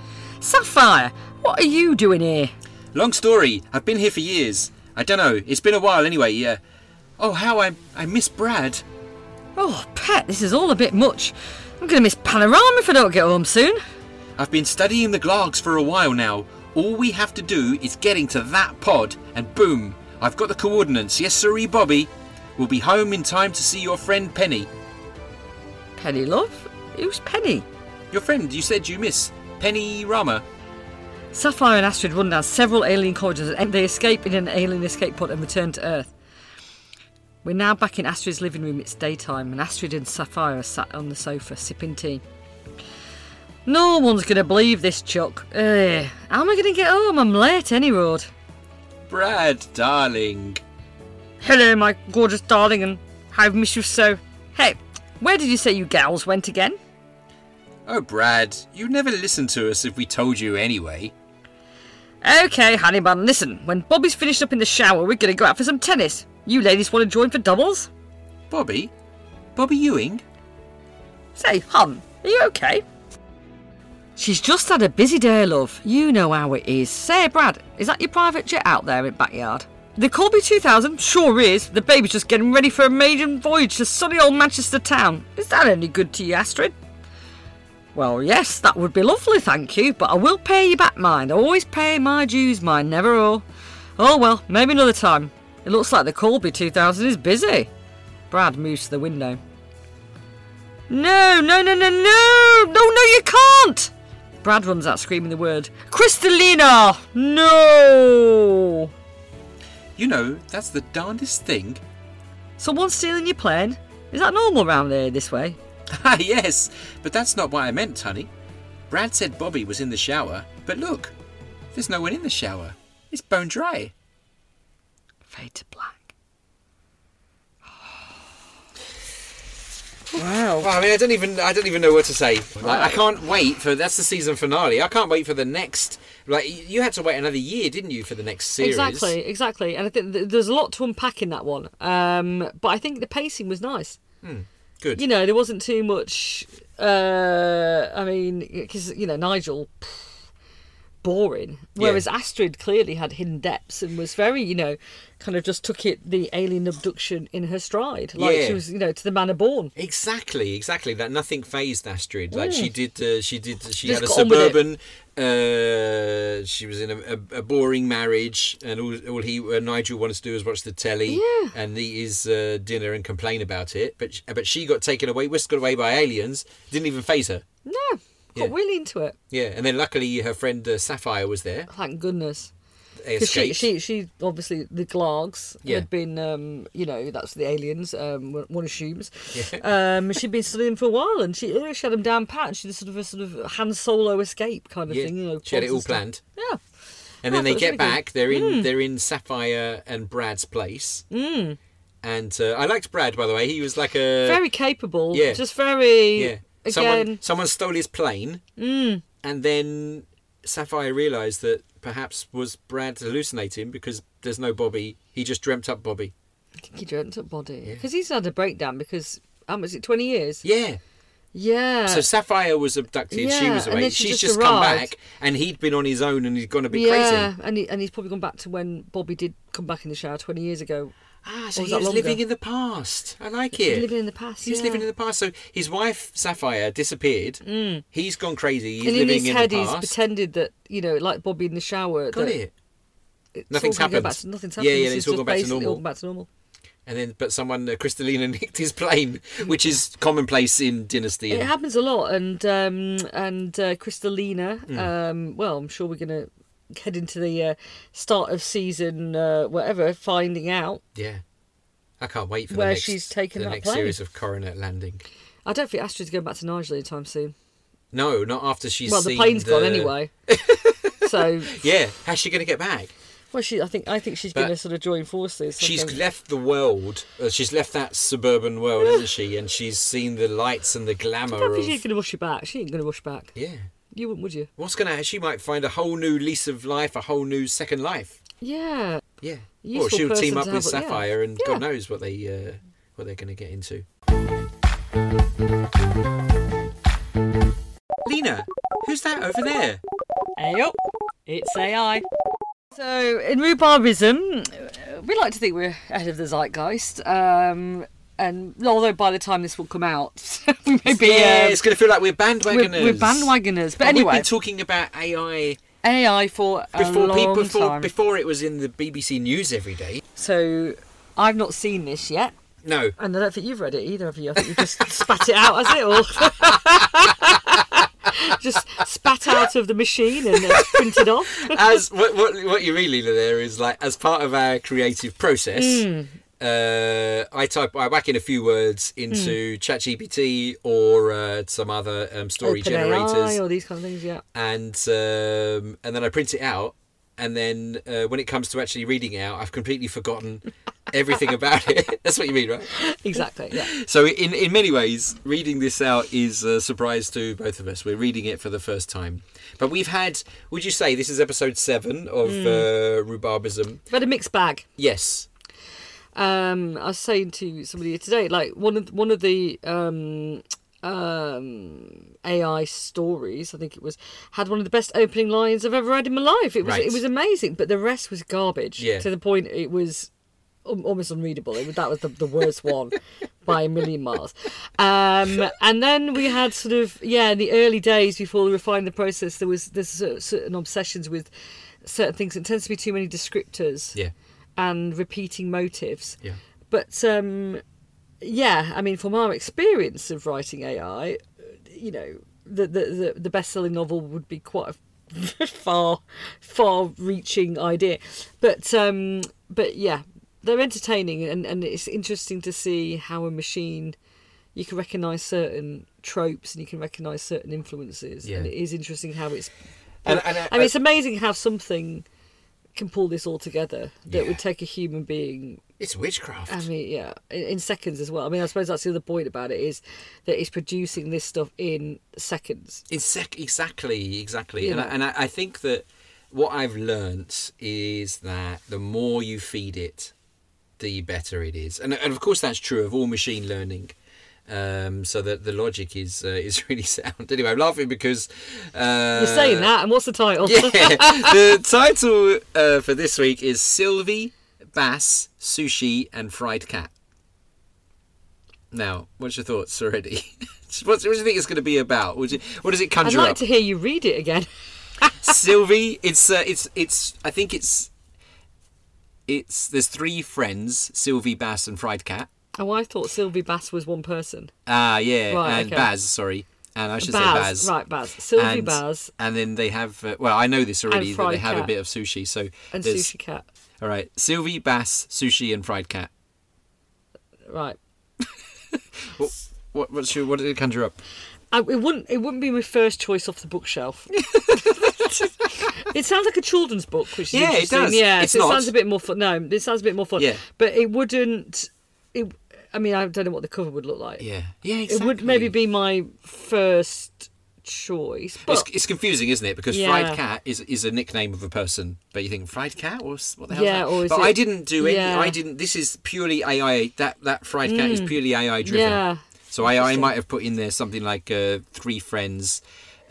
Sapphire, what are you doing here?
Long story. I've been here for years. I don't know. It's been a while anyway. Yeah. Oh, how I I miss Brad.
Oh, pet, this is all a bit much. I'm going to miss Panorama if I don't get home soon.
I've been studying the Glargs for a while now. All we have to do is getting to that pod, and boom, I've got the coordinates. Yes, sirree, Bobby. We'll be home in time to see your friend Penny.
Penny, love? Who's Penny?
Your friend you said you miss, Penny Rama.
Sapphire and Astrid run down several alien corridors and they escape in an alien escape pod and return to Earth. We're now back in Astrid's living room. It's daytime, and Astrid and Sapphire are sat on the sofa sipping tea. No one's going to believe this, Chuck. Eh, how am I going to get home? I'm late, any road.
Brad, darling.
Hello, my gorgeous darling, and I've missed you so. Hey, where did you say you gals went again?
Oh, Brad, you'd never listen to us if we told you anyway.
Okay, Honeyman, listen. When Bobby's finished up in the shower, we're going to go out for some tennis. You ladies want to join for doubles?
Bobby? Bobby Ewing?
Say, hon, are you okay? She's just had a busy day, love. You know how it is. Say, Brad, is that your private jet out there in the backyard? The Corby 2000 sure is. The baby's just getting ready for a maiden voyage to sunny old Manchester town. Is that any good to you, Astrid? Well, yes, that would be lovely, thank you, but I will pay you back mine. I always pay my dues mine, never all. Oh well, maybe another time. It looks like the Corby 2000 is busy. Brad moves to the window. No, no, no, no, no! No, no, you can't! Brad runs out screaming the word, Crystalina! No!
You know, that's the darndest thing.
Someone's stealing your plane? Is that normal round here this way?
Ah, yes, but that's not what I meant, honey. Brad said Bobby was in the shower, but look, there's no one in the shower. It's bone dry.
Fade to black. Wow.
Well, I mean, I don't even I don't even know what to say. Like, I can't wait for that's the season finale. I can't wait for the next. Like y- you had to wait another year, didn't you, for the next series?
Exactly, exactly. And I think th- there's a lot to unpack in that one. Um, but I think the pacing was nice.
Hmm, Good.
You know, there wasn't too much. Uh, I mean, because, you know, Nigel, pff, boring. Whereas Astrid clearly had hidden depths and was very, you know, kind of just took it, the alien abduction in her stride. Like
Yeah.
she was, you know, to the manner born.
Exactly, exactly. That nothing phased Astrid. Like she did, uh, she did. She
Hmm. Just
had a
got on with it.
suburban. Uh, she was in a, a, a boring marriage, and all, all he uh, Nigel wanted to do was watch the telly and eat his uh, dinner and complain about it. But sh- but she got taken away, whisked away by aliens. Didn't even phase her.
No,
Yeah.
got really into it.
Yeah, and then luckily her friend uh, Sapphire was there.
Thank goodness.
They
Because Oh, she,
escaped.
she, she, obviously, the Glargs
Yeah.
had been, um, you know, that's the aliens, um, one- one assumes. Um, she'd been studying for a while and she, uh, she had them down pat and she did sort of a sort of Han Solo escape kind of
Yeah,
thing. You know,
she had it all
pods and
planned.
stuff. Yeah.
And
Oh,
then they
I thought it was
get
really good. Mm.
back. They're in they're in Sapphire and Brad's place. Mm. And uh, I liked Brad by the way. He was like a
Very capable,
Yeah.
just very
yeah.
Again. Mm.
Someone, someone stole his plane, and then Sapphire realised that perhaps was Brad hallucinating because there's no Bobby. He just dreamt up Bobby.
I think he dreamt up body. Because he's had a breakdown because, how much is it, 20 years?
Yeah.
Yeah.
So Sapphire was abducted. she
yeah,
was
and
away.
then she
She's
just
just, come
arrived.
back, and he'd been on his own, and he'd gone a bit
yeah,
crazy.
and, he, and he's probably gone back to when Bobby did come back in the shower 20 years ago.
Ah, so
Or
he
was that
was
longer?
living in the past. I like
He's
it.
living in the past.
He's
yeah.
living in the past. So his wife Sapphire disappeared. Mm. He's gone crazy. He's
and in
living
his
in
head,
the
he's
past.
pretended that, you know, like Bobby in the shower.
Got
that
it.
it's
Nothing's
all gonna
happened.
Go back to, nothing's
Yeah,
happened.
yeah,
This
it's
is
all
just
gone back to
basically
normal.
all back to normal.
And then, but someone, uh, Crystalina, nicked his plane, which is commonplace in Dynasty.
It happens a lot, and um, and uh, Kristalina.
Hmm.
Um, well, I'm sure we're gonna head into the uh, start of season uh, whatever, finding out.
yeah. I can't wait for
Where
the next,
she's taken
the
that
next
plane.
series of Coronet Landing.
I don't think Astrid's going back to Nigel anytime soon.
No, not after she's
well, the
seen
plane's
the...
gone anyway. so,
Yeah, how's she going to get back?
well, she. I think I think she's
But
going to sort of join forces. I
She's
think.
left the world. Uh, she's left that suburban world, hasn't she? And she's seen the lights and the
I
glamour
don't
of.
think she's going to rush you back. She ain't going to rush back.
Yeah.
You wouldn't, would you?
What's going to She might find a whole new lease of life, a whole new second life.
Yeah.
Yeah.
Useful
or she'll
person
team up
to
with
have, yeah.
Sapphire and
Yeah.
God knows what they uh, what they're going to get into. Lena, who's that over there?
Hey up, it's AI. So in rhubarbism, uh, we like to think we're ahead of the zeitgeist. Um, and although by the time this will come out, we may be
yeah,
uh,
it's going to feel like we're bandwagoners.
we're, we're bandwagoners. But
And we've
anyway,
been talking about AI
AI for a
before
long
people before
time.
before it was in the BBC news every day.
So I've not seen this yet.
No,
And I don't think you've read it either of you. I think you just spat it out as it all. just spat out of the machine and uh, printed off.
as what, what what you mean, Lena? There is like as part of our creative process. Uh, I type, I whack in a few words into ChatGPT or uh, some other um, story
Open
generators,
AI or these kind of things, yeah.
and um, and then I print it out. And then uh, when it comes to actually reading it out, I've completely forgotten everything about it. That's what you mean, right?
Exactly, yeah.
So in in many ways, reading this out is a surprise to both of us. We're reading it for the first time, but we've had. Would you say this is episode seven of
Hmm.
uh, rhubarbism?
But a mixed bag.
Yes.
um, I was saying to somebody today, like one of one of the um, um, AI stories, I think it was, had one of the best opening lines I've ever read in my life. It was
Right.
it was amazing, but the rest was garbage.
Yeah.
To the point, it was um, almost unreadable. It, was- that was the, the worst one by a million miles. Um, and then we had sort of yeah, in the early days before we refined the process, there was there's cer- certain obsessions with certain things. It tends to be too many descriptors
Yeah.
and repeating motives.
Yeah.
But um, yeah, I mean, from our experience of writing AI, uh, you know, the the the, the best-selling novel would be quite a far, far-reaching idea. But um, but yeah, they're entertaining, and and it's interesting to see how a machine. You can recognise certain tropes and you can recognise certain influences, and
Yeah.
it is interesting how it's
And, and uh, I,
I mean, it's amazing how something can pull this all together that
Yeah.
would take a human being.
it's witchcraft.
I mean, yeah, in, in seconds as well. I mean, I suppose that's the other point about it is that it's producing this stuff in seconds.
It's sec- exactly, exactly.
You
And, I,
know.
and I, I think that what I've learnt is that the more you feed it, the better it is. And, and of course, that's true of all machine learning. Um, so that the logic is uh, is really sound. Anyway, I'm laughing because uh,
You're saying that, and what's the title?
Yeah, the title uh, for this week is Sylvie, Bass, Sushi, and Fried Cat. Now, what's your thoughts already? What's- what do you think it's going to be about? Would you, what does it
I'd
conjure
like
up?
to hear you read it again.
Sylvie, it's uh, it's it's. I think it's it's. There's three friends: Sylvie, Bass, and Fried Cat.
Oh, I thought Sylvie Bass was one person.
Ah, yeah,
Right,
and
okay.
Baz. Sorry, and I should say
Baz,
Baz.
right? Baz, Sylvie
and,
Baz,
and then they have. Uh, well, I know this already that they
Fried
have a
Cat.
bit of sushi. So
and
there's-
Sushi Cat,
All right, Sylvie, Bass, Sushi, and Fried Cat.
right?
What, what's your, what did it conjure up?
I, it wouldn't. It wouldn't be my first choice off the bookshelf. it sounds like a children's book, which is
Yeah, it
interesting.
does.
Yeah,
It's
so it
not.
sounds a bit more fun. No, it sounds a bit more fun.
Yeah.
but it wouldn't. It, I mean, I don't know what the cover would look like.
Yeah. Yeah,
It would maybe be my first choice. But
It's, it's confusing, isn't it? Because
Yeah.
Fried Cat is is a nickname of a person, but you think Fried Cat or what the hell?
Yeah,
is that?
or is
but
it-
I didn't do any.
Yeah. Mm.
I didn't. This is purely AI. That that Fried Cat is purely AI driven.
yeah,
So I, I might have put in there something like uh, three friends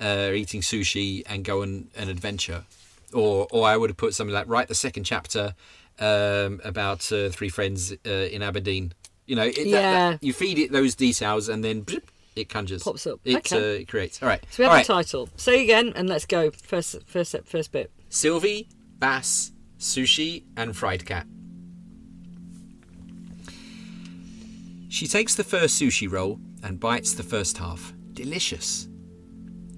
uh, eating sushi and go on an adventure, or or I would have put something like write the second chapter um, about uh, three friends uh, in Aberdeen. You know, it, that- that,
Yeah.
you feed it those details and then bloop, it conjures,
Pops up.
it,
Okay.
uh, it creates. All right,
so we have
All
the
right.
title. Say again, and let's go. First, first, first bit.
Sylvie, Bass, Sushi, and Fried Cat. She takes the first sushi roll and bites the first half. Delicious.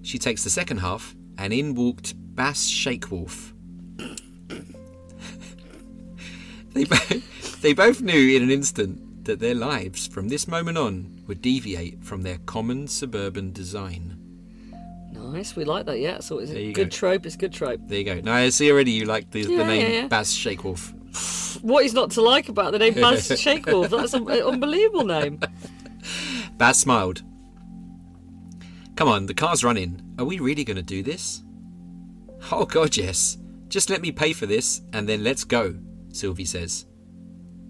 She takes the second half, and in walked Bass Shakewolf. they, bo- they both knew in an instant that their lives from this moment on would deviate from their common suburban design.
Nice, we like that. Yeah, so it's
you
a
go.
good trope. It's a good trope.
There you go. Now I see already you like the, the
Yeah,
name
yeah, yeah.
Bass Shakewolf.
What is not to like about the name Baz Shakewolf? That's an unbelievable name.
Baz smiled. Come on, the car's running. Are we really going to do this? Oh, God, yes. Just let me pay for this and then let's go, Sylvie says.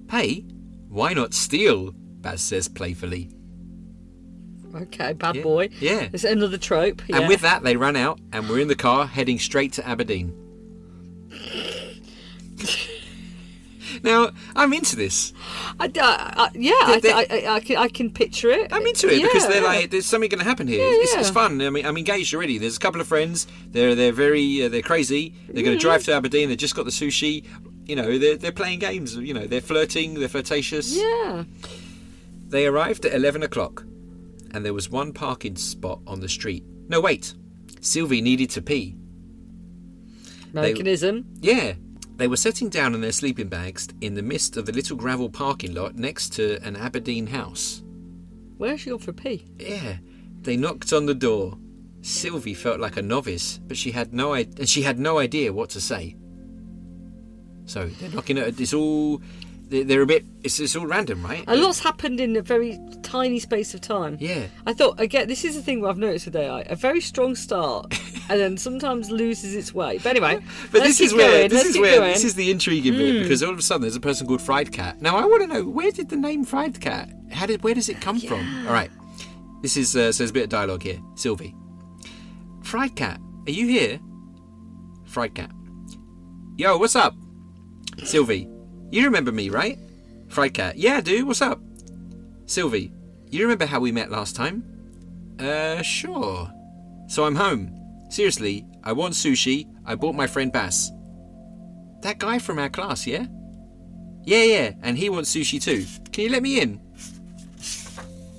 Pay? Why not steal? Baz says playfully.
Okay, bad
Yeah,
boy.
yeah.
it's another trope. Yeah.
And with that, they ran out and were in the car heading straight to Aberdeen. now, I'm into this.
I, I, I, yeah, I,
They-
I, I, I, can, I can picture it.
I'm into it because they're
Yeah.
like, there's something going to happen here. it's, it's
yeah.
fun. I mean, I'm engaged already. There's a couple of friends. They're they're very uh, they're crazy. They're going to drive to Aberdeen. They've just got the sushi. You know, they're they're playing games. You know, they're flirting. They're flirtatious.
yeah.
They arrived at eleven o'clock, and there was one parking spot on the street. No, wait. Sylvie needed to pee.
Americanism.
Yeah. They were sitting down in their sleeping bags in the midst of the little gravel parking lot next to an Aberdeen house.
Where's she gone for a pee?
Yeah, they knocked on the door. Sylvie felt like a novice, but she had no idea, and she had no idea what to say. So they're knocking at it's all they're, they're a bit it's, it's all random, right?
A lot's happened in a very tiny space of time.
Yeah.
I thought again. This is the thing what I've noticed with AI: a very strong start, and then sometimes loses its way. But anyway,
But
let's
this is
keep
where
going,
this
let's
is
keep
where
going. Hmm.
this is the intriguing bit because all of a sudden there's a person called Fried Cat. Now I want to know where did the name Fried Cat? How did where does it come from? All right, this is uh, so there's a bit of dialogue here. Sylvie, Fried Cat, are you here? Fried Cat, yo, what's up? Sylvie, you remember me, right? Fried Cat, yeah, I do. What's up? Sylvie, you remember how we met last time? Uh, sure. So I'm home. Seriously, I want sushi. I bought my friend Bass. That guy from our class, yeah? Yeah, yeah, and he wants sushi too. Can you let me in?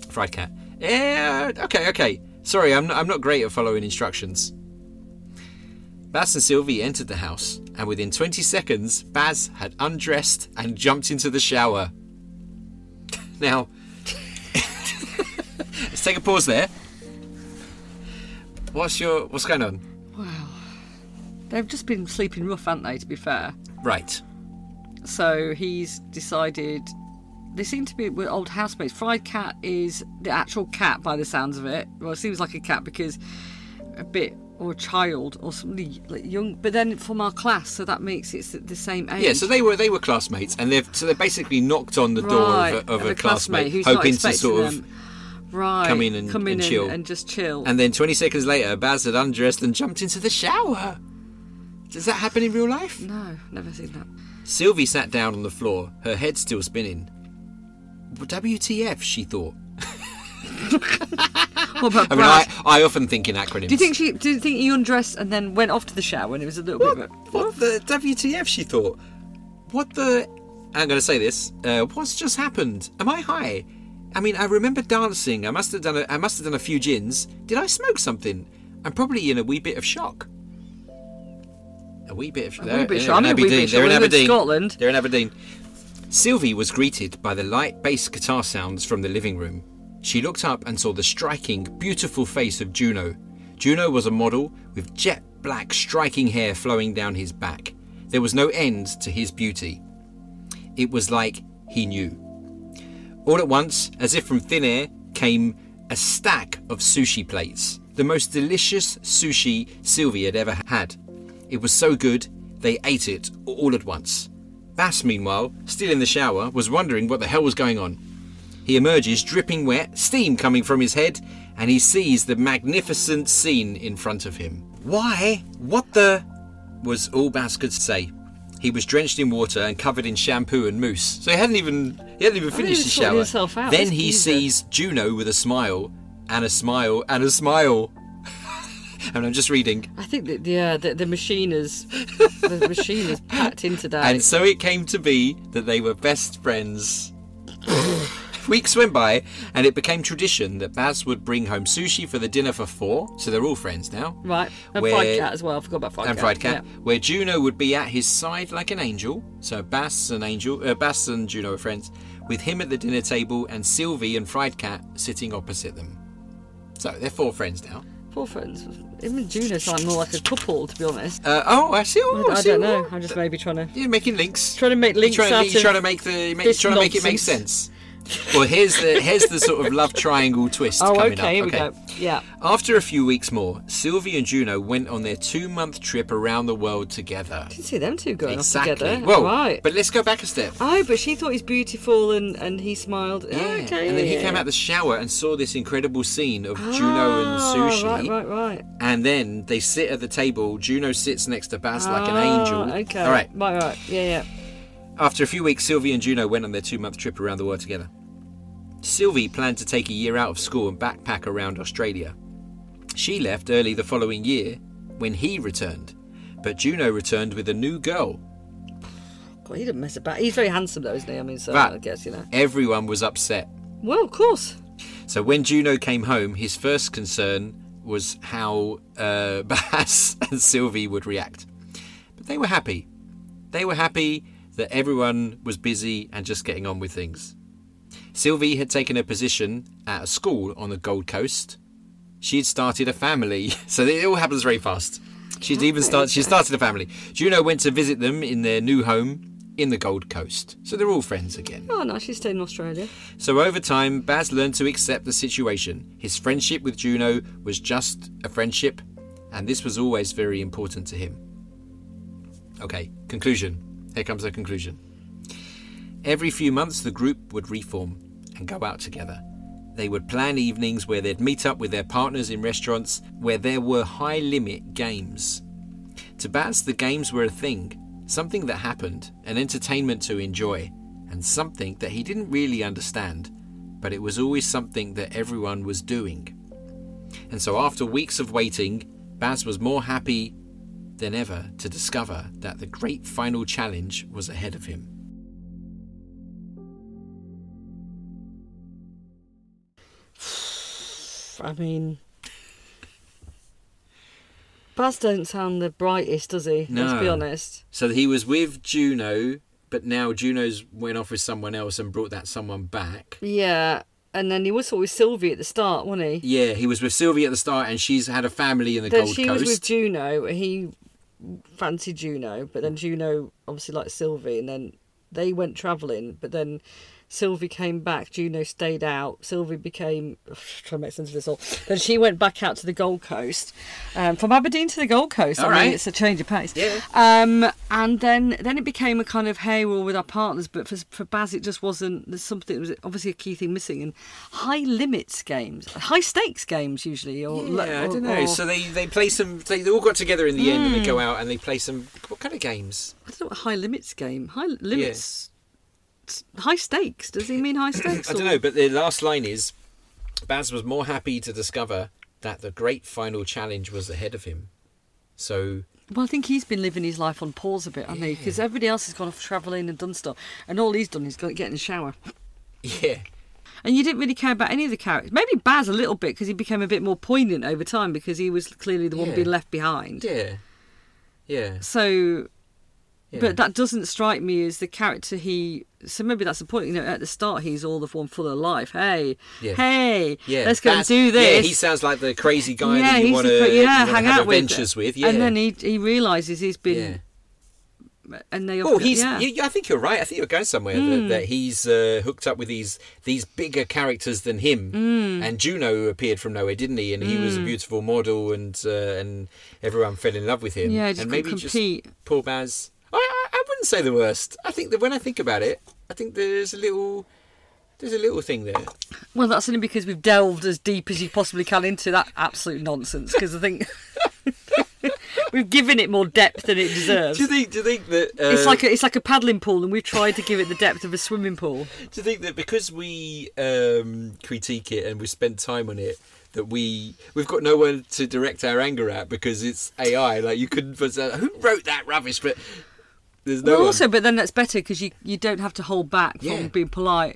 Fried cat. Yeah, okay, okay. Sorry, I'm not, I'm not great at following instructions. Bass and Sylvie entered the house, and within 20 seconds, Baz had undressed and jumped into the shower. now, let's take a pause there. What's your what's going on?
They've just been sleeping rough, haven't they? To be fair.
Right.
So he's decided. They seem to be with old housemates. Fried Cat is the actual cat by the sounds of it. Well, it seems like a cat because a bit or a child or somebody like young. But then from our class, so that makes it the same age.
Yeah, so they were they were classmates, and they've so they basically knocked on the door
Right,
of a, of a, classmate,
who's not
hoping to
expecting
sort of.
them. right,
come in and-
come in
and chill.
and just chill.
And then 20 seconds later, Baz had undressed and jumped into the shower. Does that happen in real life?
no, never seen that.
Sylvie sat down on the floor, her head still spinning. WTF? She thought.
What about
I mean,
Brad?
I, I often think in acronyms.
do you think she? Do you think he undressed and then went off to the shower and it was a little bit?
What,
of a-
what the WTF? She thought. What the? I'm going to say this. Uh, what's just happened? Am I high? I mean, I remember dancing. I must have done. A, I must have done a few gins. Did I smoke something? I'm probably in a wee bit of shock. A wee bit of shock.
wee bit shock. I'm in a wee bit of shock.
They're in
We're in
Aberdeen.
Scotland.
They're in Aberdeen. Sylvie was greeted by the light bass guitar sounds from the living room. She looked up and saw the striking, beautiful face of Juno. Juno was a model with jet black, striking hair flowing down his back. There was no end to his beauty. It was like he knew. All at once, as if from thin air, came a stack of sushi plates. The most delicious sushi Sylvie had ever had. It was so good, they ate it all at once. Bass, meanwhile, still in the shower, was wondering what the hell was going on. He emerges dripping wet, steam coming from his head, and he sees the magnificent scene in front of him. Why? What the? was all Bass could say. He was drenched in water and covered in shampoo and mousse, so he hadn't even he hadn't even finished
even
his
sorted
shower.
himself out.
Then
That's
he
geezer.
sees Juno with a smile, and a smile, and a smile. and I'm just reading.
I think that yeah, the, the machine is the machine is packed in today.
And so it came to be that they were best friends. Weeks went by, and it became tradition that Baz would bring home sushi for the dinner for four, so they're all friends now.
right, and
Where-
fried cat as well. I forgot about fried
and
cat.
Fried Cat,
Yeah.
where Juno would be at his side like an angel. So Bass and Angel, uh, Bass and Juno are friends, with him at the dinner table and Sylvie and Fried Cat sitting opposite them. So they're four friends now.
Poor friends. Even Juno sound more like a couple, to be honest.
Uh, oh, I see.
I,
Oh,
I
see
don't
what-
know. I'm just maybe trying to
You're making links.
Trying to make links
You're trying,
out
you're
of
trying to make the. You're, ma-
this
trying to make it make sense. Well, here's the here's the sort of love triangle twist
Oh,
coming
okay, here
up.
we go. Yeah.
After a few weeks more, Sylvie and Juno went on their two month trip around the world together.
You can see them two going
Exactly.
off together.
Well,
right.
but let's go back a step.
oh, but she thought he's beautiful and, and he smiled. Yeah. okay.
and then he
yeah,
came
yeah.
out the shower and saw this incredible scene of Juno and Sushi.
Ah, Right, right, right.
And then they sit at the table. Juno sits next to Baz like an angel.
Ah, Okay.
All right.
Right, right. Yeah, yeah.
After a few weeks, Sylvie and Juno went on their two month trip around the world together. Sylvie planned to take a year out of school and backpack around Australia. She left early the following year when he returned, but Juno returned with a new girl.
God, he didn't mess about. He's very handsome, though, isn't he? I mean, so
But
I guess, you know.
Everyone was upset.
Well, of course.
So when Juno came home, his first concern was how uh, Bass and Sylvie would react. But they were happy. They were happy that everyone was busy and just getting on with things. Sylvie had taken a position at a school on the Gold Coast. She had started a family, so it all happens very fast. She'd even start. She started a family. Juno went to visit them in their new home in the Gold Coast, so they're all friends again.
Oh, no, she stayed in Australia.
So over time, Baz learned to accept the situation. His friendship with Juno was just a friendship, and this was always very important to him. Okay, conclusion. Here comes the conclusion. Every few months, the group would reform and go out together. They would plan evenings where they'd meet up with their partners in restaurants where there were high limit games. To Baz, the games were a thing, something that happened, an entertainment to enjoy, and something that he didn't really understand, but it was always something that everyone was doing. And so, after weeks of waiting, Baz was more happy than ever to discover that the great final challenge was ahead of him.
I mean. Baz don't sound the brightest, does he? Let's be
No.
honest.
So he was with Juno, but now Juno's went off with someone else and brought that someone back.
Yeah. And then he was always Sylvie at the start, wasn't he?
Yeah, he was with Sylvie at the start, and she's had a family in the
then
Gold
she
Coast.
was with Juno. He fancied Juno, but then Juno obviously liked Sylvie, and then they went travelling. But then Sylvie came back. Juno stayed out. Sylvie became trying to make sense of this all. Then she went back out to the Gold Coast, um, from Aberdeen to the Gold Coast.
All
I mean,
right.
it's a change of pace.
Yeah.
Um, and then then it became a kind of hey, we're all with our partners, but for for Baz it just wasn't. There's something that was obviously a key thing missing, and high limits games, high stakes games usually, or
Yeah, I
or-
don't know.
or- Hmm.
So they, they play some. They, they all got together in the end, and they go out and they play some. What kind of games?
I don't know what high limits game. High limits. High stakes. Does he mean high stakes?
I don't
or-
know. But the last line is, Baz was more happy to discover that the great final challenge was ahead of him. So
Well, I think he's been living his life on pause a bit, hasn't he? Because everybody else has gone off travelling and done stuff, and all he's done is go get in the shower.
yeah,
And you didn't really care about any of the characters. Maybe Baz a little bit because he became a bit more poignant over time because he was clearly the one
Yeah.
being left behind.
yeah, yeah.
So,
yeah.
but that doesn't strike me as the character he. So maybe that's the point. You know, at the start he's all of one full of life. Hey,
Yeah.
hey,
yeah,
let's go
Baz-
and do this.
Yeah, he sounds like the crazy guy that
he's
you want to
the- yeah, hang
have
out
adventures with. Yeah,
And then he he realizes he's been
yeah.
and they
Oh,
often-
he's.
yeah. Hmm.
You, I think you're right. I think you're going somewhere that, that he's uh, hooked up with these these bigger characters than him.
Hmm.
And Juno appeared from nowhere, didn't he? And he was a beautiful model, and uh, and everyone fell in love with him.
Yeah, just
and
couldn't compete.
just poor Baz. I, I I wouldn't say the worst. I think that when I think about it, I think there's a little there's a little thing there.
Well, that's only because we've delved as deep as you possibly can into that absolute nonsense. Because I think we've given it more depth than it deserves.
Do you think? Do you think that? Uh,
it's like a, it's like a paddling pool, and we've tried to give it the depth of a swimming pool.
Do you think that because we um, critique it and we spend time on it, that we we've got no one to direct our anger at because it's AI? Like you couldn't. put that- Who wrote that rubbish? But there's no
well,
one.
also, but then that's better because you you don't have to hold back from
Yeah.
being polite.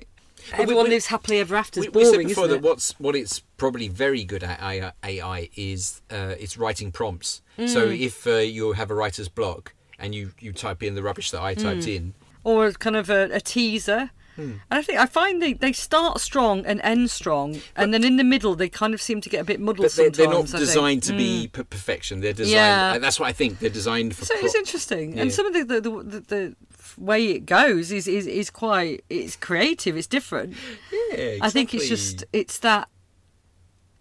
we-
Everyone
we-
lives happily ever after.
we,
It's
we
boring,
said before
isn't
that
it?
what's what it's probably very good at AI, AI is uh, it's writing prompts. So
Mm.
if uh, you have a writer's block and you you type in the rubbish that I typed
Mm.
in,
or as kind of a, a teaser.
Hmm.
And I think I find they, they start strong and end strong, and then in the middle they kind of seem to get a bit muddled
but they're,
sometimes.
they're not
I think. Mm.
designed to be per- perfection. They're designed.
Yeah.
and That's what I think. They're designed for.
So it's
pro-
interesting,
Yeah.
and some of the the, the, the the way it goes is, is is quite it's creative, it's different.
Yeah,
I think it's
exactly.
just it's that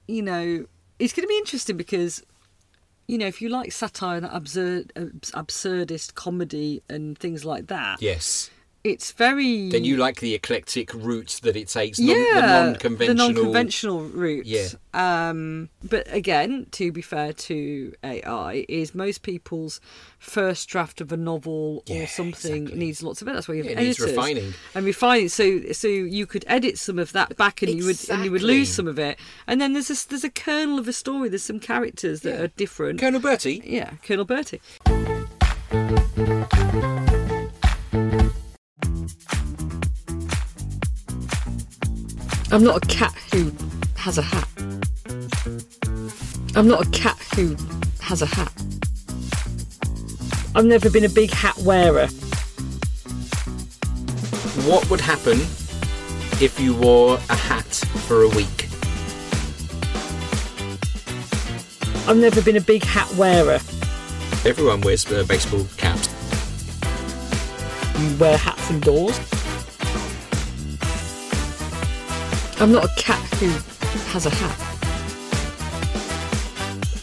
you know it's going to be interesting because you know if you like satire and absurd abs- absurdist comedy and things like that,
Yes.
it's very
Then you like the eclectic route that it takes, non-
Mm. yeah,
the non-conventional.
the non-conventional route.
Yeah.
Um, but again, to be fair to AI, is most people's first draft of a novel
Yeah,
or something
exactly.
needs lots of it. That's why you have
Yeah, it needs
editors
refining.
and refining. So, so you could edit some of that back, and you would and you would lose
Exactly.
some of it. And then there's this, there's a kernel of a story. There's some characters that are different.
Colonel Bertie.
yeah, Colonel Bertie. I'm not a cat who has a hat. I'm not a cat who has a hat. I've never been a big hat wearer.
What would happen if you wore a hat for a week?
I've never been a big hat wearer.
Everyone wears a baseball cap.
You wear hats indoors. I'm not a cat who has a hat.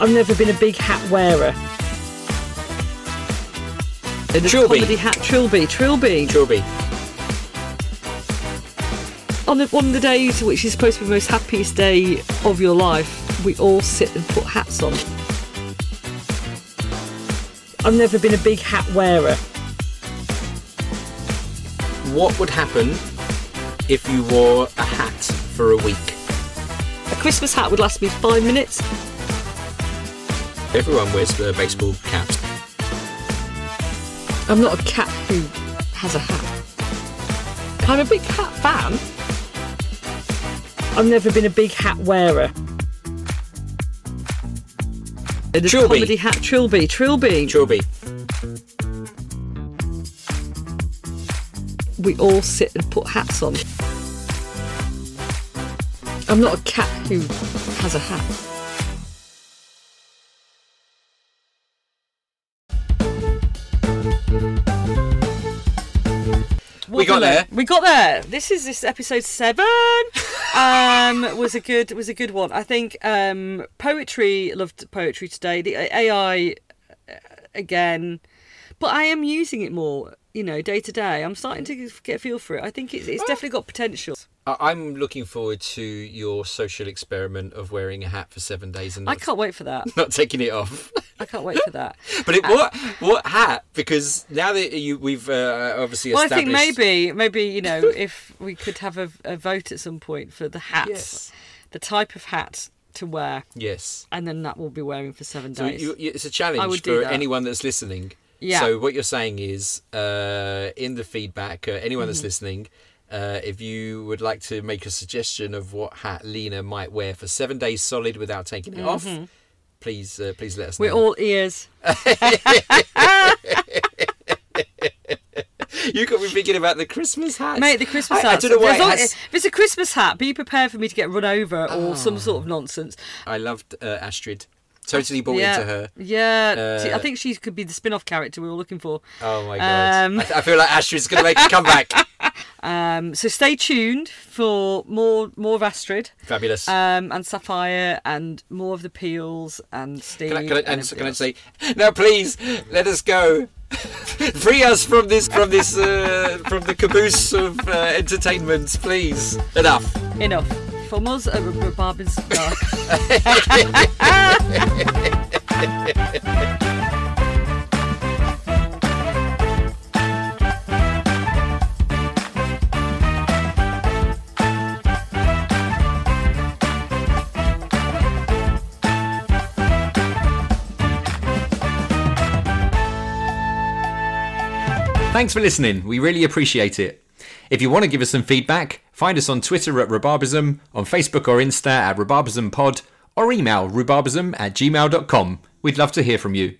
I've never been a big hat wearer.
Trilby.
Comedy hat trilby, trilby.
Trilby.
on the, one of the days which is supposed to be the most happiest day of your life, we all sit and put hats on. I've never been a big hat wearer.
What would happen if you wore a hat for a week?
A Christmas hat would last me five minutes.
Everyone wears a baseball cap.
I'm not a cat who has a hat. I'm a big hat fan. I've never been a big hat wearer. The
Trilby.
comedy hat trilby, trilby.
Trilby.
we all sit and put hats on. I'm not a cat who has a hat.
We got there.
We got there. This is this is episode seven. um, was a good was a good one. I think um, poetry loved poetry today. The AI uh, again, but I am using it more. You know, day to day. I'm starting to get a feel for it. I think it's, it's
Oh.
definitely got potential.
I- I'm looking forward to your social experiment of wearing a hat for seven days and
I
not,
can't wait for that.
not taking it off.
I can't wait for that.
But it, what what hat? Because now that you we've uh, obviously
Well, I
established.
think maybe, maybe you know, if we could have a, a vote at some point for the hats,
Yes.
the type of hat to wear,
Yes.
and then that we'll be wearing for seven
So
days.
you, you- it's a challenge
I would do
for
that.
anyone that's listening.
Yeah.
So what you're saying is, uh, in the feedback, uh, anyone that's
Mm-hmm.
listening, uh, if you would like to make a suggestion of what hat Lena might wear for seven days solid without taking it off, please uh, please let us
Mm-hmm. We're
know.
all ears.
Uh, you got me thinking about the Christmas hat,
Mate, the Christmas
I,
hat.
I don't know why.
There's
it
al-
has- Oh.
If it's a Christmas hat, be prepared for me to get run over or some sort of nonsense.
I loved uh, Astrid. Totally bought
yeah,
into her.
yeah. She-
Uh,
I think she could be the spin-off character we were looking for.
Oh my god!
Um,
I, th- I feel like Astrid's going to make a comeback.
Um, so stay tuned for more more of Astrid
Fabulous.
um, and Sapphire and more of the Peels and Steve.
can I, can I, and so
everybody
can I
else.
say now? Please let us go. Free us from this, from this, uh, from the caboose of uh, entertainment, please. Enough.
enough from us at Rubarbin's Dark.
Thanks for listening. We really appreciate it. If you want to give us some feedback, find us on Twitter at Rhubarbism, on Facebook or Insta at RhubarbismPod, or email rhubarbism at gmail.com. We'd love to hear from you.